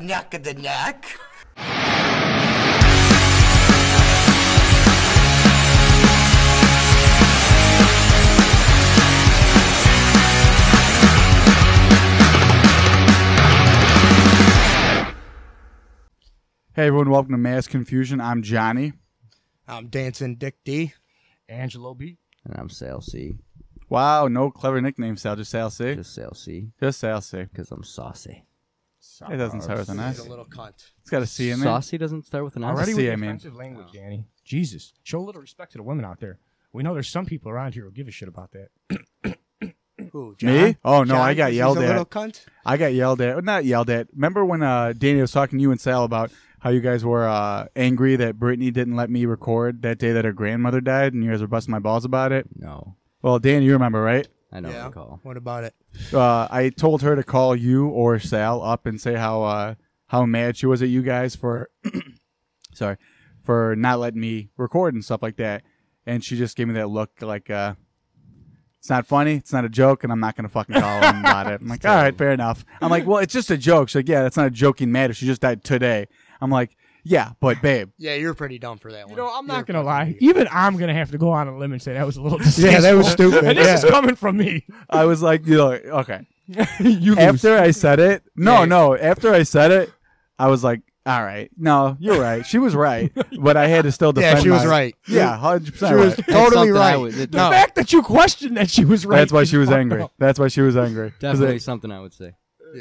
knock of the knock. Hey everyone, welcome to Mass Confusion. I'm Johnny. I'm dancing Dick D. Angelo B. And I'm Sal C. Wow, no clever nickname, Sal. Just Sal C. Just Sal C. Just Sal C. Because I'm saucy. It doesn't start with an He's S. a little cunt. It's got a C in there. Saucy doesn't start with an S. Already Already See, with I the mean- offensive language, Danny. Jesus. Show a little respect to the women out there. We know there's some people around here who give a shit about that. Who, John? Me? Oh no, John, I got he's yelled a little at. cunt. I got yelled at. Not yelled at. Remember when uh, Danny was talking to you and Sal about how you guys were uh, angry that Brittany didn't let me record that day that her grandmother died, and you guys were busting my balls about it? No. Well, Dan, you remember, right? I don't Yeah. recall. What about it? Uh, I told her to call you or Sal up and say how uh, how mad she was at you guys for sorry for not letting me record and stuff like that. And she just gave me that look like uh, it's not funny, it's not a joke, and I'm not gonna fucking call him about it. I'm like, all right, fair enough. I'm like, well, it's just a joke. She's like, yeah, that's not a joking matter. She just died today. I'm like, yeah, but babe, Yeah, you're pretty dumb for that one. You know, I'm You're not going to fucking lie. weird. Even I'm going to have to go on a limb and say that was a little distasteful. Yeah, that was stupid, and this yeah. is coming from me. I was like, you know, okay. you lose. after I said it, no, Yeah. no. After I said it, I was like, "All right, no, you're right. She was right, but I had to still Yeah, defend." she was my- right. Yeah, hundred percent. She was right. That's totally something I right. would- that- The fact that you questioned that she was right. That's why is she was fucked angry. up. That's why she was angry. 'Cause Definitely it- something I would say.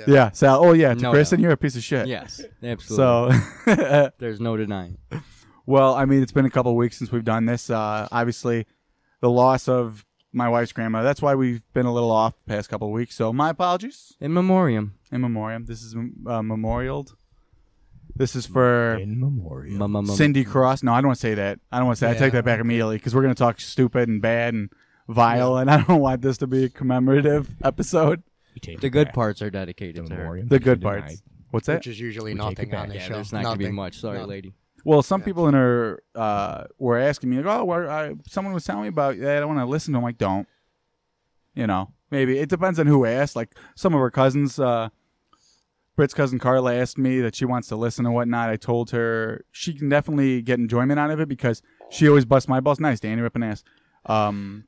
yeah, Sal. Oh yeah, to No Kristen, doubt. you're a piece of shit. Yes. Absolutely. So, There's no denying. it. well, I mean, it's been a couple weeks since we've done this. Uh, obviously, the loss of my wife's grandma. That's why we've been a little off the past couple weeks. So, my apologies. In memoriam. In memoriam. This is uh, memorialed. This is for In memoriam. Ma- ma- ma- Cindy Cross. No, I don't want to say that. I don't want to say. I Yeah. take that back immediately because we're going to talk stupid and bad and vile, and I don't want this to be a commemorative episode. You take The it good back. parts are dedicated to her. Memoriam. The good Denied. parts. What's that? Which is usually We nothing take it on back. this Yeah, show. there's not nothing. going to be much. Sorry, No. lady. Well, some people in her uh, were asking me, like, "Oh, where, I, someone was telling me about that. I don't want to listen to." 'em." I'm like, "Don't." You know, maybe it depends on who asked. Like some of her cousins, uh, Britt's cousin Carla asked me that she wants to listen and whatnot. I told her she can definitely get enjoyment out of it because she always busts my balls. Nice, Danny, ripping ass. Um,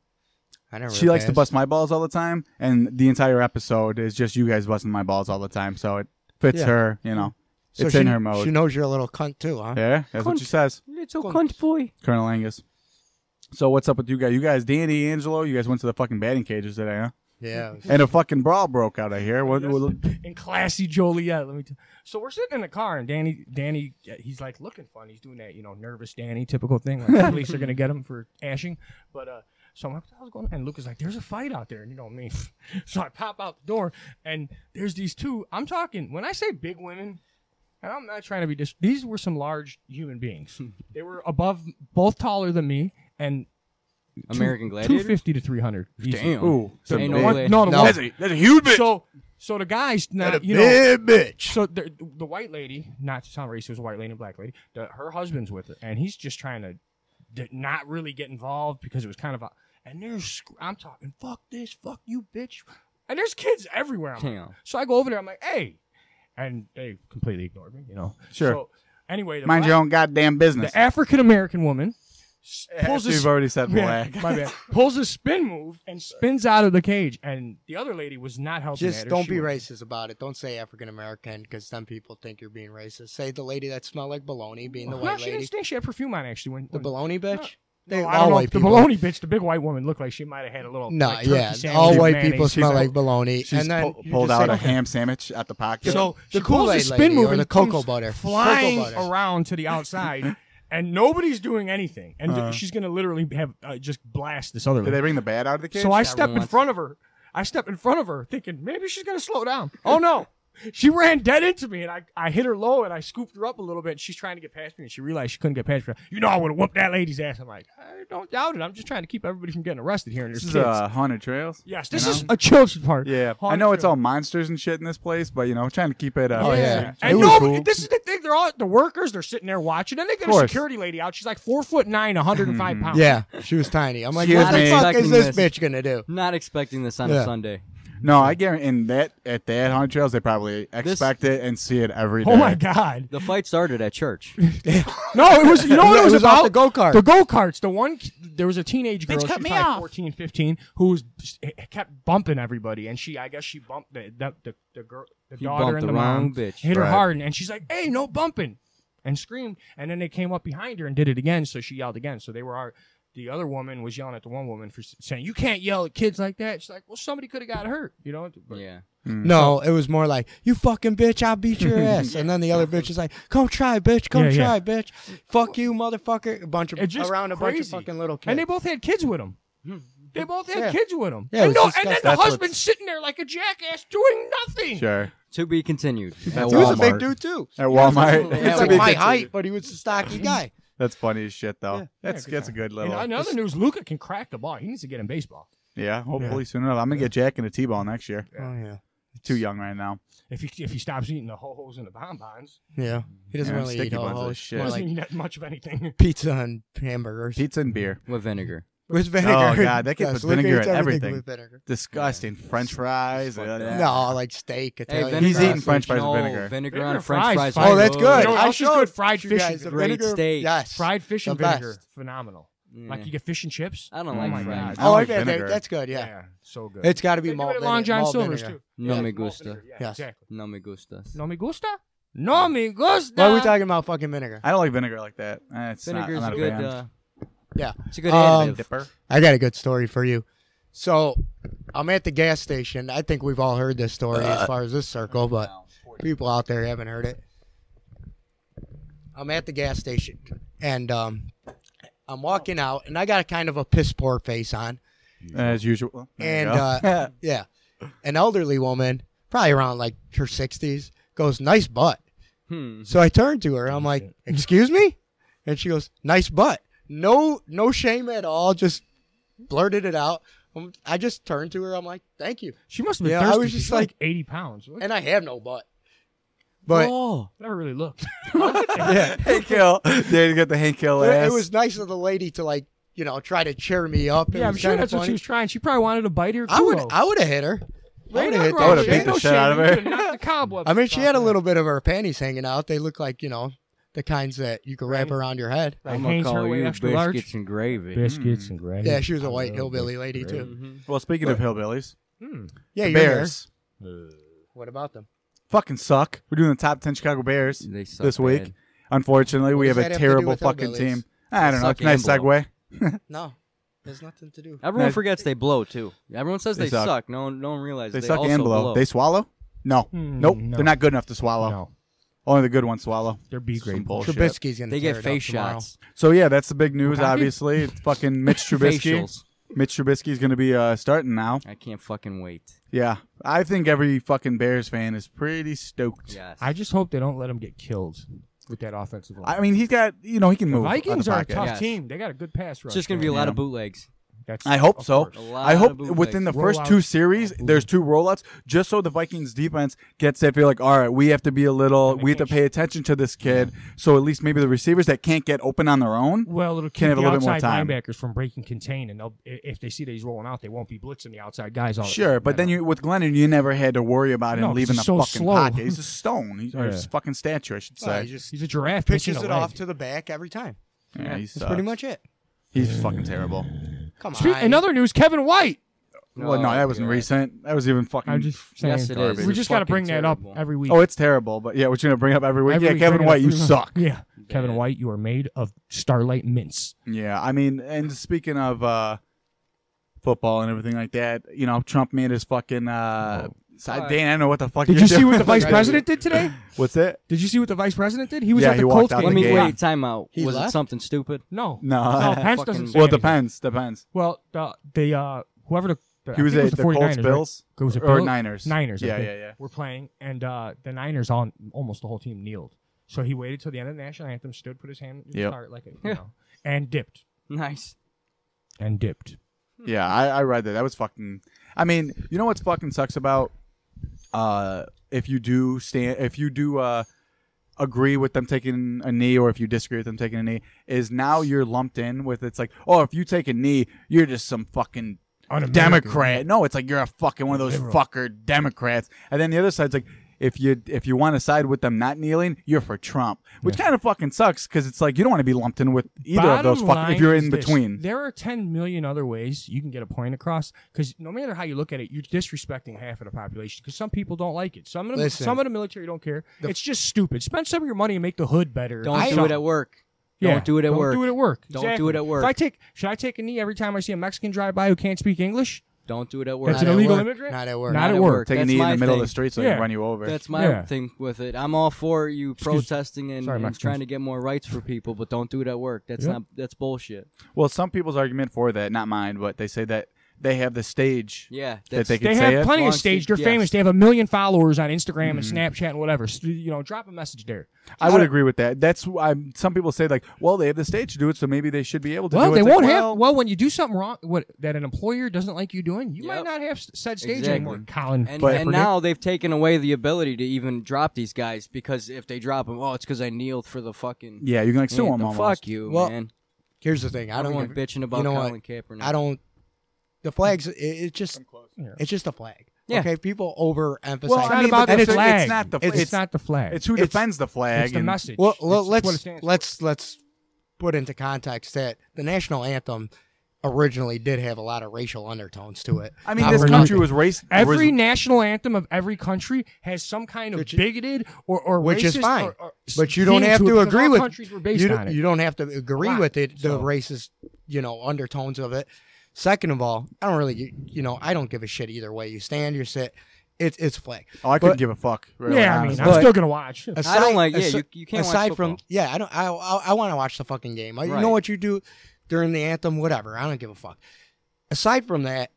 I never she likes to passed. bust my balls all the time, and the entire episode is just you guys busting my balls all the time. So it fits Yeah. her, you know. So it's she, in her mode. She knows you're a little cunt too, huh? yeah, that's what she says, It's a cunt boy. Colonel Angus. So what's up with you guys? You guys, Danny, Angelo, you guys went to the fucking batting cages today, huh? Yeah. And a fucking brawl broke out of here. What, what- in classy Joliet. Let me. T- so we're sitting in the car, and Danny, Danny, he's like looking fun. He's doing that, you know, nervous Danny, typical thing. Like the police are gonna get him for ashing. But uh, so I'm like, what the hell's going? on? And Luke is like, there's a fight out there, and you know me. so I pop out the door, and there's these two. I'm talking when I say big women. And I'm not trying to be dis. These were some large human beings. they were above, both taller than me, and American two Gladiator. fifty to three hundred. Damn. Ooh, some Ain't big- no way. No, the No. one- That's a, that's a huge bitch. so, so the guys, now, you know, bitch. so the, the white lady, not to sound racist, white lady and black lady, the, her husband's with her, and he's just trying to d- not really get involved because it was kind of a. And there's, sc- I'm talking, fuck this, fuck you, bitch. And there's kids everywhere. I'm like- Damn. so I go over there, I'm like, hey. And they completely ignored me, you know. Sure. So, anyway, the, Mind black- your own goddamn business. the African American woman s- Eh, After pulls a you've sp- already said yeah, black. my bad. Pulls a spin move and spins out of the cage, and the other lady was not helping. Just at her. don't She be was- racist about it. Don't say African American because some people think you're being racist. Say the lady that smelled like bologna being the No, white she lady. didn't stink. She had perfume on actually. When The when- bologna bitch? No, They- I don't all know white if the people. baloney bitch, the big white woman, looked like she might have had a little. No, like, turkey yeah. sandwich All with white mayonnaise. people She's smell like- like bologny. She's and then pu- you pulled just out say, a ham sandwich at the pocket. So The she pulls a Kool-Aid spin lady move or and the cocoa comes butter. Cocoa flying butter. around to the outside, and nobody's doing anything, and she's gonna literally have uh, just blast this other. Uh-huh. Did they Lady. bring the bat out of the cage? So I step in wants- front of her. I step in front of her, thinking maybe she's gonna slow down. Oh no. She ran dead into me, and I, I hit her low, and I scooped her up a little bit. And she's trying to get past me, and she realized she couldn't get past me. You know, I would have whooped that lady's ass. I'm like, I don't doubt it. I'm just trying to keep everybody from getting arrested here. And this there's is kids. uh, haunted trails. Yes, this You is know? a children's park. Yeah, I Haunted know it's all children. monsters and shit in this place, but you know, trying to keep it. Uh, Oh, yeah. It And was no, cool. this is the thing. They're all the workers. They're sitting there watching, and they get a course. Mm-hmm. security lady out. She's like four foot nine, 105 pounds. Yeah, she was tiny. I'm like, Excuse what the me. fuck is Expecting this this. bitch gonna do? Not expecting this on Yeah. a Sunday. No, I guarantee in that at that haunted trails they probably expect it and see it every day. Oh my god! The fight started at church. No, it was. You know what No, it was, about? the go kart. The go karts. The one, k- there was a teenage girl, Bitch, she cut me probably off. 14, 15, who was, kept bumping everybody. And she, I guess she bumped the, the, the, the girl, the He daughter bumped and the the wrong mom, bitch. hit her Right. hard. And she's like, hey, no bumping. And screamed. And then they came up behind her and did it again. So she yelled again. So they were, al- the other woman was yelling at the one woman for s- saying, you can't yell at kids like that. She's like, well, somebody could have got hurt. You know? But- Yeah. No, it was more like, you fucking bitch, I'll beat your ass. And then the other bitch is like, come try, bitch, come Yeah, try, yeah. bitch. Fuck you, motherfucker. A bunch of, It's just around a bunch of crazy. fucking little kids. And they both had kids with them. They both had Yeah. kids with them. Yeah, it and, was no, disgusting. and then the That's husband's what's- sitting there like a jackass doing nothing. Sure. To be continued. At he was a big Walmart. dude, too. At Walmart. absolutely. It's Yeah, like we my could see height, but he was a stocky Mm-hmm. guy. That's funny as shit though. that's good that's a time. good And little on the other news, Luca can crack the ball. He needs to get in baseball. Yeah, hopefully soon enough. I'm gonna get Jack into T ball next year. Yeah. Oh, yeah. Too young right now. If he if he stops eating the ho hos and the bonbons, Yeah. He doesn't Yeah, really sticky eat all buns are whole shit. shit. More doesn't like eat that much of anything. pizza and hamburgers. Pizza and beer. With vinegar. With vinegar. God, that kid Yes, puts Luca vinegar eats in everything. With vinegar. Disgusting. French fries. Fuck uh, that. No, like steak. Italian vinegar He's sauce. eating French fries with no, vinegar. Vinegar Vinegar on French fries, fries. fine. Oh, that's good. You know what I else is showed good? Fried you fish guys and the great vinegar- steak. Yes. Fried fish The and vinegar, best. phenomenal. Yeah. Like you get fish and chips. I don't Oh like my fries. God. I Oh, like like that. vinegar. That's good, yeah. so good. It's got to be They do it malt at Long vinegar- John malt Silver's vinegar. too. No Yeah, me malt gusta. vinegar, Yeah, Yes. Exactly. No me gustas. No me gusta. No me gusta. Why are we talking about fucking vinegar? I don't like vinegar like that. Eh, It's not, I'm Vinegar's not a a good. fan. Uh, Yeah. It's a good Um, additive. Dipper. I got a good story for you. So I'm at the gas station. I think we've all heard this story as far as this circle, but people out there haven't heard it. I'm at the gas station and um, I'm walking out, and I got a kind of a piss poor face on. As usual. There you And go. uh, yeah, an elderly woman, probably around like her 60s, goes, "Nice butt." Hmm. So I turned to her. I'm like, "Excuse me," and she goes, "Nice butt." No, no shame at all. Just blurted it out. Um, I just turned to her. I'm like, "Thank you," She must have been Yeah, I thirsty. was She's just like, like- 80 pounds. I and I have no butt. But oh, never really looked. yeah, Hank Hill. There you got the Hank Hill it, ass. it was nice of the lady to like, you know, try to cheer me up. It yeah, I'm was sure kinda that's what funny. she was trying. She probably wanted to bite her. I would, kulo. I would have hit her. I would have hit wrong that with shit. beat the shit out of her. I mean, she had a little bit of her panties hanging out. They look like you know the kinds that you can wrap around your head. Like I'm gonna Hanes call Herway you extra biscuits large. and gravy. Mm. biscuits and gravy. Mm. Yeah, she was a white hillbilly lady too. Mm-hmm. well, speaking of hillbillies, Yeah, the you're there. Bears Uh, What about them? fucking suck. We're doing the top ten Chicago Bears They suck this week. bad. Unfortunately, we does have that a have to do terrible with fucking hillbillies? team. I They don't know. suck It's a nice and blow. segue. No, there's nothing to do. Everyone Nice. forgets they blow too. Everyone says They they, suck. suck. No one, no one realizes They, they suck also and blow. They swallow? No. Hmm, nope. no. They're not good enough to Oh. swallow. No, Only the good ones swallow. they're B Some grade. bullshit. Trubisky's gonna. They tear get it up face tomorrow. shots. So yeah, that's the big news. Okay. Obviously, it's fucking Mitch Trubisky. Facials. Mitch Trubisky's going to be uh, starting now. I can't fucking wait. Yeah, I think every fucking Bears fan is pretty stoked. Yes. I just hope they don't let him get killed with that offensive line. I mean, he's got you know he can the move. out of Vikings the are a pocket. tough Yes. team. They got a good pass rush. it's just gonna be a man. lot of bootlegs. That's- I hope of so. course. A lot I hope of bootlegs. within the first Rollouts. two series, there's two rollouts, just so the Vikings defense gets that feel like, all right, we have to be a little, they we have to can't pay attention to this kid. So at least maybe the receivers that can't get open on their own. Well, it'll keep Can have a the little bit more outside time. linebackers from breaking contain, and they'll i- if they see that he's rolling out, they won't be blitzing the outside guys. All the Sure, time. but then you with Glennon, you never had to worry about him No, 'cause leaving the he's so fucking slow. pocket. He's a stone. He's or Yeah. his fucking statue, I should Oh, he say. just he's a giraffe. pitches missing a it off leg. to the back every time. Yeah, he That's sucks. pretty much it. He's fucking terrible. Come on. Speak- in other news, Kevin White. well, no, that wasn't God. recent. That was even fucking. I'm just saying. Yes, it Garbage. is. we just got to Fucking bring that up terrible. every week. oh, it's terrible. But yeah, what you gonna bring up every week? Every yeah, week, Kevin bring it White, up. you Bring it up. suck. Yeah, Kevin White, you are made of starlight mints. Yeah, I mean, and speaking of uh, football and everything like that, you know, Trump made his fucking. Uh, si- Dan, I don't know what the fuck. Did you're you see what doing. the vice president did today? What's it? Did you see what the vice president did? He was Yeah, at he the walked Colts out game. Let the me gate. wait. Time out. He Was left? it something stupid? No, No. Pence Fucking- doesn't. Say Well, it anything. depends. Depends. Well, the the uh, whoever the, the He I was think at it the the Colts, 49ers, right? Bills, It was the or Bill- Niners. Niners. I Yeah, think, yeah, yeah. We're playing, and uh, the Niners on almost the whole team kneeled. So he waited till the end of the national anthem, stood, put his hand in his Yep. heart like a, you Yeah. know, and dipped Nice. and dipped. Yeah, I, I read that. That was fucking. I mean, you know what's fucking sucks about uh, if you do stand, if you do uh, agree with them taking a knee, or if you disagree with them taking a knee, is now you're lumped in with it's like, oh, if you take a knee, you're just some fucking Democrat. No, it's like you're a fucking one of those fucker Democrats. And then the other side's like, if you if you want to side with them not kneeling, you're for Trump, which kind of fucking sucks because it's like you don't want to be lumped in with either of Bottom those fucking. line If you're is in this. between, There are 10 million other ways you can get a point across because no matter how you look at it, you're disrespecting half of the population because some people don't like it. Some of, the, Listen. some of the military don't care. it's just stupid. Spend some of your money and make the hood better. Don't I- do it at work. Don't do it at don't work. do it at work. Don't do Exactly. it at work. If I take, should I take a knee every time I see a Mexican drive by who can't speak English? Don't do it at work. That's an at illegal work. immigrant. Not at work. Not, at at work. work. take a That's knee in the my middle of thing. the street so they Yeah. can run you over. That's my Yeah. thing with it. I'm all for you protesting and, Sorry, and Mexicans. trying to get more rights for people, but don't do it at work. That's Yeah. not that's bullshit. well, some people's argument for that, not mine, but they say that they have the stage. Yeah, That that's they can They say have it. plenty Long of stage. They're stage, famous. yes. They have a million followers on Instagram and Snapchat and whatever. So, you know, drop a message there. I would agree with that. That's why I'm- some people say like, well, they have the stage to do it, so maybe they should be able to. Well, do it. they It's like, won't well, have. Well, when you do something wrong, what that an employer doesn't like you doing, you might Yep. not have s- said stage Exactly. anymore. Colin, And, Kaepernick. and now they've taken away the ability to even drop these guys because if they drop them, oh, it's because I kneeled for the fucking. Yeah, you can like sue anthem. them almost. Fuck you, Well, man. Here's the thing. I don't Everyone give- bitching about you know Colin what? Kaepernick. I don't. The flags. It, it just. Yeah. It's just a flag. Yeah. Okay. People overemphasize. Well, it's I not mean, about but the that's it. flag. It's not the. It's, not the flag. It's who it's- defends the flag. It's the and- message. Well, well, It's- it's what it let's stands for. let's let's put into context that the national anthem originally did have a lot of racial undertones to it. I mean, Not this for country nothing. was race. Every was- national anthem of every country has some kind of Which is- bigoted or, or which is racist fine. or- or but you don't theme have it, to because agree all with countries were based you, on it. you don't have to agree Right, with it the so- racist you know undertones of it second of all i don't really you know i don't give a shit either way you stand you sit it's it's a flag oh, I couldn't but- give a fuck. really, yeah, I mean, honestly. I'm But- still gonna watch. aside, like- yeah, asi- you- you can't watch aside from football. yeah i don't i i, I want to watch the fucking game I, you know Right. what you do during the anthem whatever i don't give a fuck aside from that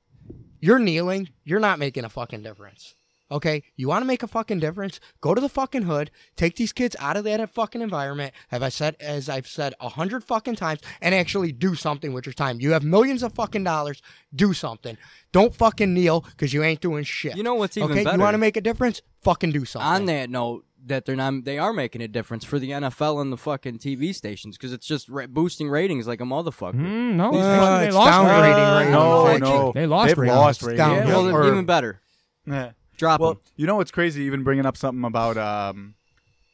you're kneeling you're not making a fucking difference Okay, you want to make a fucking difference? Go to the fucking hood. Take these kids out of that fucking environment. Have I said as I've said a hundred fucking times? And actually do something with your time. You have millions of fucking dollars. Do something. Don't fucking kneel because you ain't doing shit. You know what's even okay? better? You want to make a difference? Fucking do something. On that note, that they're not they are making a difference for the NFL and the fucking TV stations because it's just ra- boosting ratings like a motherfucker. Mm, no, These- they- Uh, they it's lost. downgrading ratings. ratings. no, Actually, no, they lost They've ratings. lost It's ratings. down. Yeah, Yeah, well, they're or- even better. Yeah. Drop Well, them. you know what's crazy? Even bringing up something about um,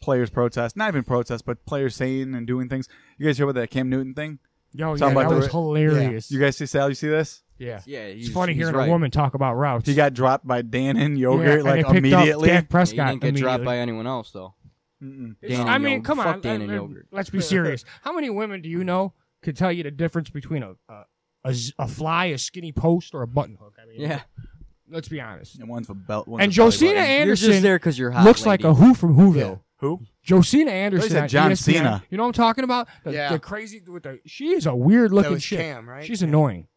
players protest, not even protest, but players saying and doing things. You guys hear about that Cam Newton thing? Yo, yeah, Talking that about the was ra- hilarious. You guys see Sal? You see this? Yeah, Yeah, it's he's- funny he's hearing a right. woman talk about routes. He got dropped by Danon Yeah, yogurt like and they picked up immediately. Dak Yeah, Prescott. he didn't get dropped by anyone else though. Mm-mm. Dan I and mean, yogurt. come on. Fuck Dan let- and let- yogurt. Let's be serious. How many women do you know could tell you the difference between a a, a z- a fly, a skinny post, or a button hook? I mean, Yeah, Let's be honest. And one's a belt. One's And a belly button. Josina Anderson you're just there because you're hot. looks like lady. a who from Whoville. Yeah. Who? Josina Anderson, E said on John ESPN. Cena. You know what I'm talking about? The, Yeah. the crazy with the. She is a weird looking was chick. Cam, right? She's annoying.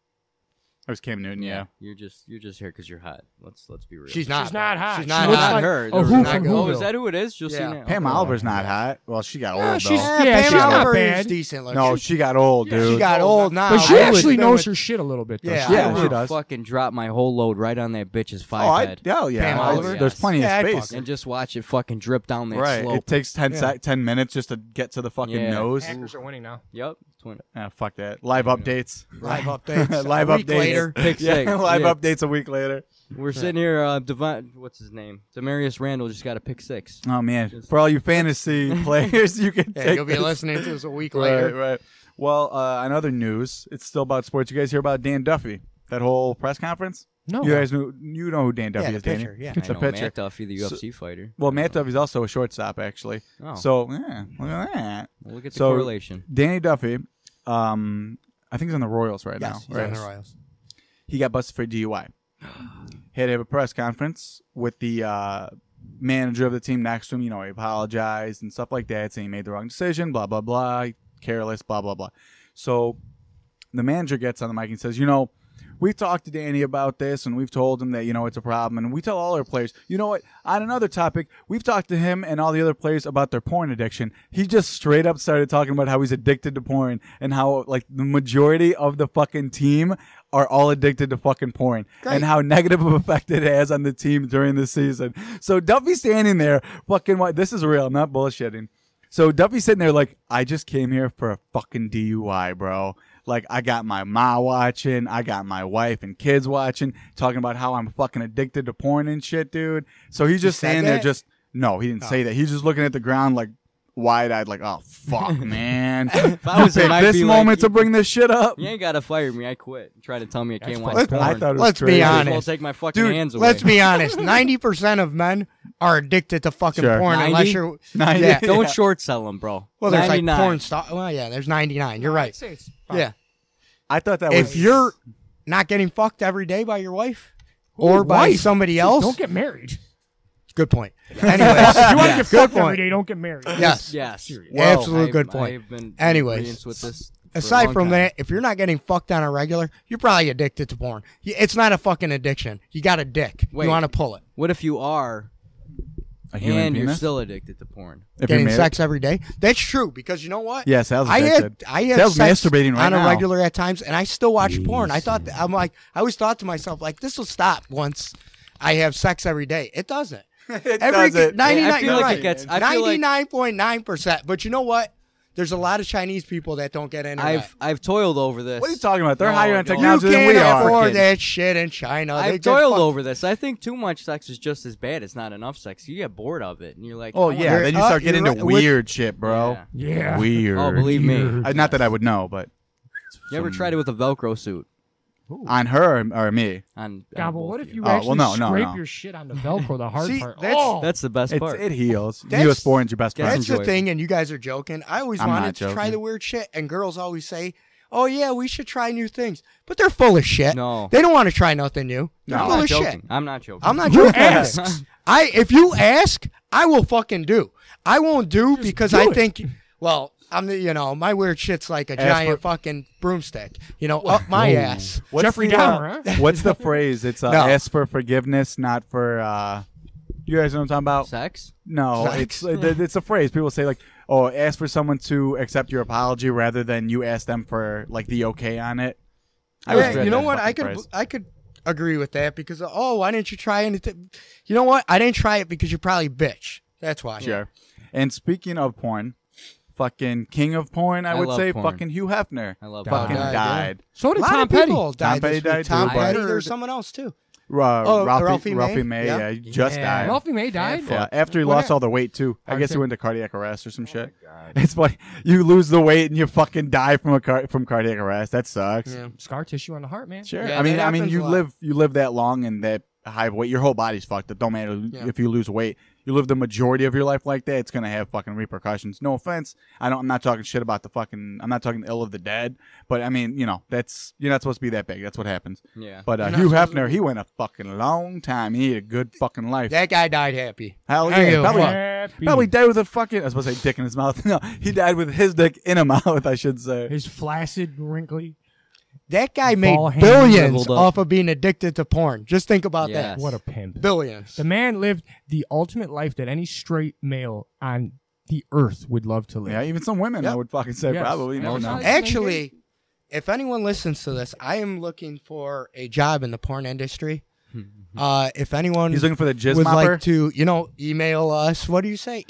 It was Cam Newton. Yeah. You're just you're just here because you're hot. Let's let's be real. She's not. She's not though. hot. She's She not looks hot. not like her. a There's who not from good- oh, is Whoville. that who it is? Just Yeah. seen it. Pam Oliver's not hot. Well, she got old Yeah, she's- though. Eh, yeah, Pam she's not Oliver is bad. decent looking. No, she got old, Yeah, dude. she got old now. But I she would've actually been knows with- her shit a little bit. Though. Yeah. She- Yeah, I she would does. Fucking drop my whole load right on that bitch's Oh, five I, head hell yeah. Pam I- Oliver? There's plenty Yeah, I'd of space. fuck and just watch it fucking drip down that Right. slope. It takes 10, Yeah. sec- 10 minutes just to get to the fucking Yeah. nose. Packers are winning now. Yep. it's one- Ah, fuck that. Live updates. Live updates. Live A week updates. later. Pick yeah, six. live Yeah. updates a week later. We're sitting here. Uh, Devon, what's his name? Demarius Randall just got a pick six. Oh man, for all you fantasy players, you can Yeah, take you'll be this. listening to this a week Right, later. right. Well, uh, on other news, it's still about sports. You guys hear about Dan Duffy? That whole press conference? No. You guys know you know who Dan Duffy the is, Danny? pitcher, Oh, yeah. It's I a know pitcher. Matt Duffy, the UFC fighter. Well, Matt Duffy's also a shortstop, actually. Oh. So yeah, look at that. Well, look at the so- correlation. Danny Duffy, um, I think he's on the Royals right now. Yes, he's right? on the Royals. he got busted for DUI. Had to have a press conference with the uh, manager of the team next to him. You know, he apologized and stuff like that, saying he made the wrong decision, blah, blah, blah, careless, blah, blah, blah. So the manager gets on the mic and says, You know, we've talked to Danny about this and we've told him that, you know, it's a problem. And we tell all our players, You know what? On another topic, we've talked to him and all the other players about their porn addiction. He just straight up started talking about how he's addicted to porn and how, like, the majority of the fucking team are all addicted to fucking porn and how negative of effect it has on the team during the season. So Duffy's standing there, fucking, wa- this is real. I'm not bullshitting. So Duffy's sitting there like, I just came here for a fucking DUI, bro. Like I got my ma watching, I got my wife and kids watching, talking about how I'm fucking addicted to porn and shit, dude. So he's just said standing there, that? just no, he didn't Oh. say that. He's just looking at the ground, like wide eyed, like oh fuck, man. If I was You him, picked I'd this be like, moment to bring this shit up. You ain't gotta fire me. I quit. Try to tell me I That's can't fucked watch up. porn. I thought it was Let's be crazy. Might as honest. well take my fucking Dude, hands away. Let's be honest. Ninety percent of men are addicted to fucking Sure. porn, unless 90? you're. Ninety- Yeah. Don't short sell them, bro. Well, there's like 99. porn star. Well, yeah, there's ninety nine. You're I'd right. say it's probably- Yeah, I thought that if was you're not getting fucked every day by your wife or by wife. somebody Dude, else, Don't get married. good point. Anyways, If you want to get good fucked every point. day, don't get married. Yes. Yes. Well, Absolute I've- good point. I've been in Anyways, agreeance with this for a Aside long from time. that, if you're not getting fucked on a regular, you're probably addicted to porn. Y- It's not a fucking addiction. You got a dick. Wait. You want to pull it. what if you are a human and you're penis? still addicted to porn? if you're getting married- sex every day. That's true because you know what? Yeah, Sal's I had addicted. I had Sal's sex masturbating right on a now. regular at times, and I still watch porn. I thought that, I'm like I always thought to myself like this will stop once I have sex every day. It doesn't. It Every doesn't. ninety Yeah, I nine. feel You're like it right. gets- I feel like- Ninety nine point nine percent. But you know what? There's a lot of Chinese people that don't get internet. I've I've toiled over this. What are you talking about? They're No, higher on no. you technology than can't we are. afford Freaking- that shit in China. Uh, They I've get toiled fucked- over this. I think too much sex is just as bad. It's not enough sex. You get bored of it, and you're like, Oh I yeah, you're- then you uh, start getting you're into right. With- weird shit, bro. Yeah. Weird. Oh, believe me. Uh, Not that I would know, but You ever tried it with a Velcro suit? on her or me, On God, on but both what if of you Oh, well, actually no, no, scrape no. your shit on the Velcro, the hard See, part? that's- oh, That's the best it's, part. it heals. That's- U.S. born's your best That's friend. That's the enjoyable. thing, and you guys are joking. I always I'm wanted not to try joking. the weird shit, and girls always say, "Oh yeah, we should try new things," but they're full of shit. No. they don't want to try nothing new. They're No, I'm full not of joking. shit. I'm not joking. I'm not Who joking. asks? I if you ask, I will fucking do. I won't do because do I it. think. Well, I'm the you know my weird shit's like a Ass giant for- fucking broomstick. You know, up my ass. What's Jeffrey the, uh, Dahmer, huh? What's the phrase? It's uh, No. ask for forgiveness, not for. Uh, you guys know what I'm talking about? Sex? No, it's Sex. it- it's a phrase people say like, "Oh, ask for someone to accept your apology rather than you ask them for like the okay on it." I always Yeah, dread you know that what? fucking I could phrase. I could agree with that because oh, why didn't you try anything? You know what? I didn't try it because you're probably bitch. That's why. Sure. And speaking of porn, fucking king of porn, I, I would love say porn. fucking Hugh Hefner. I love fucking porn. died. so A did lot Tom of Petty. people died. Petty this week. died too, Tom but- Petty. There's someone else too. Ra- Oh, Ralphie, Ralphie Ralphie, May? May, Yeah. yeah, he just died. Ralphie May died. Yeah, after he What lost hap- all the weight too. I Heart guess he attack. went to cardiac arrest or some shit. It's like you lose the weight and you fucking die from a car- from cardiac arrest. That sucks. Yeah. Scar tissue on the heart, man. Sure. Yeah, I mean, that I mean, happens a you lot. live you live that long and that high of weight, your whole body's fucked. It don't matter if you lose weight. You live the majority of your life like that, it's gonna have fucking repercussions. No offense, I don't. I'm not talking shit about the fucking. I'm not talking ill of the dead, but I mean, you know, that's you're not supposed to be that big. That's what happens. Yeah. But uh, You're not Hugh supposed to Hefner, he went a fucking long time. He had a good fucking life. That guy died happy. Hell I yeah, give a probably, fuck. Happy. probably died with a fucking. I was supposed to say dick in his mouth. No, he died with his dick in a mouth. I should say. His flaccid, wrinkly. That guy made Ball hand billions shriveled up. off of being addicted to porn. Just think about Yes. that. What a pimp. Billions. The man lived the ultimate life that any straight male on the earth would love to live. Yeah, even some women, I Yep. would fucking say Yes. probably. You never Most know. likely. Actually, if anyone listens to this, I am looking for a job in the porn industry. Hmm. Uh, if anyone He's looking for the jizz would mopper. like to, you know, email us. What do you say?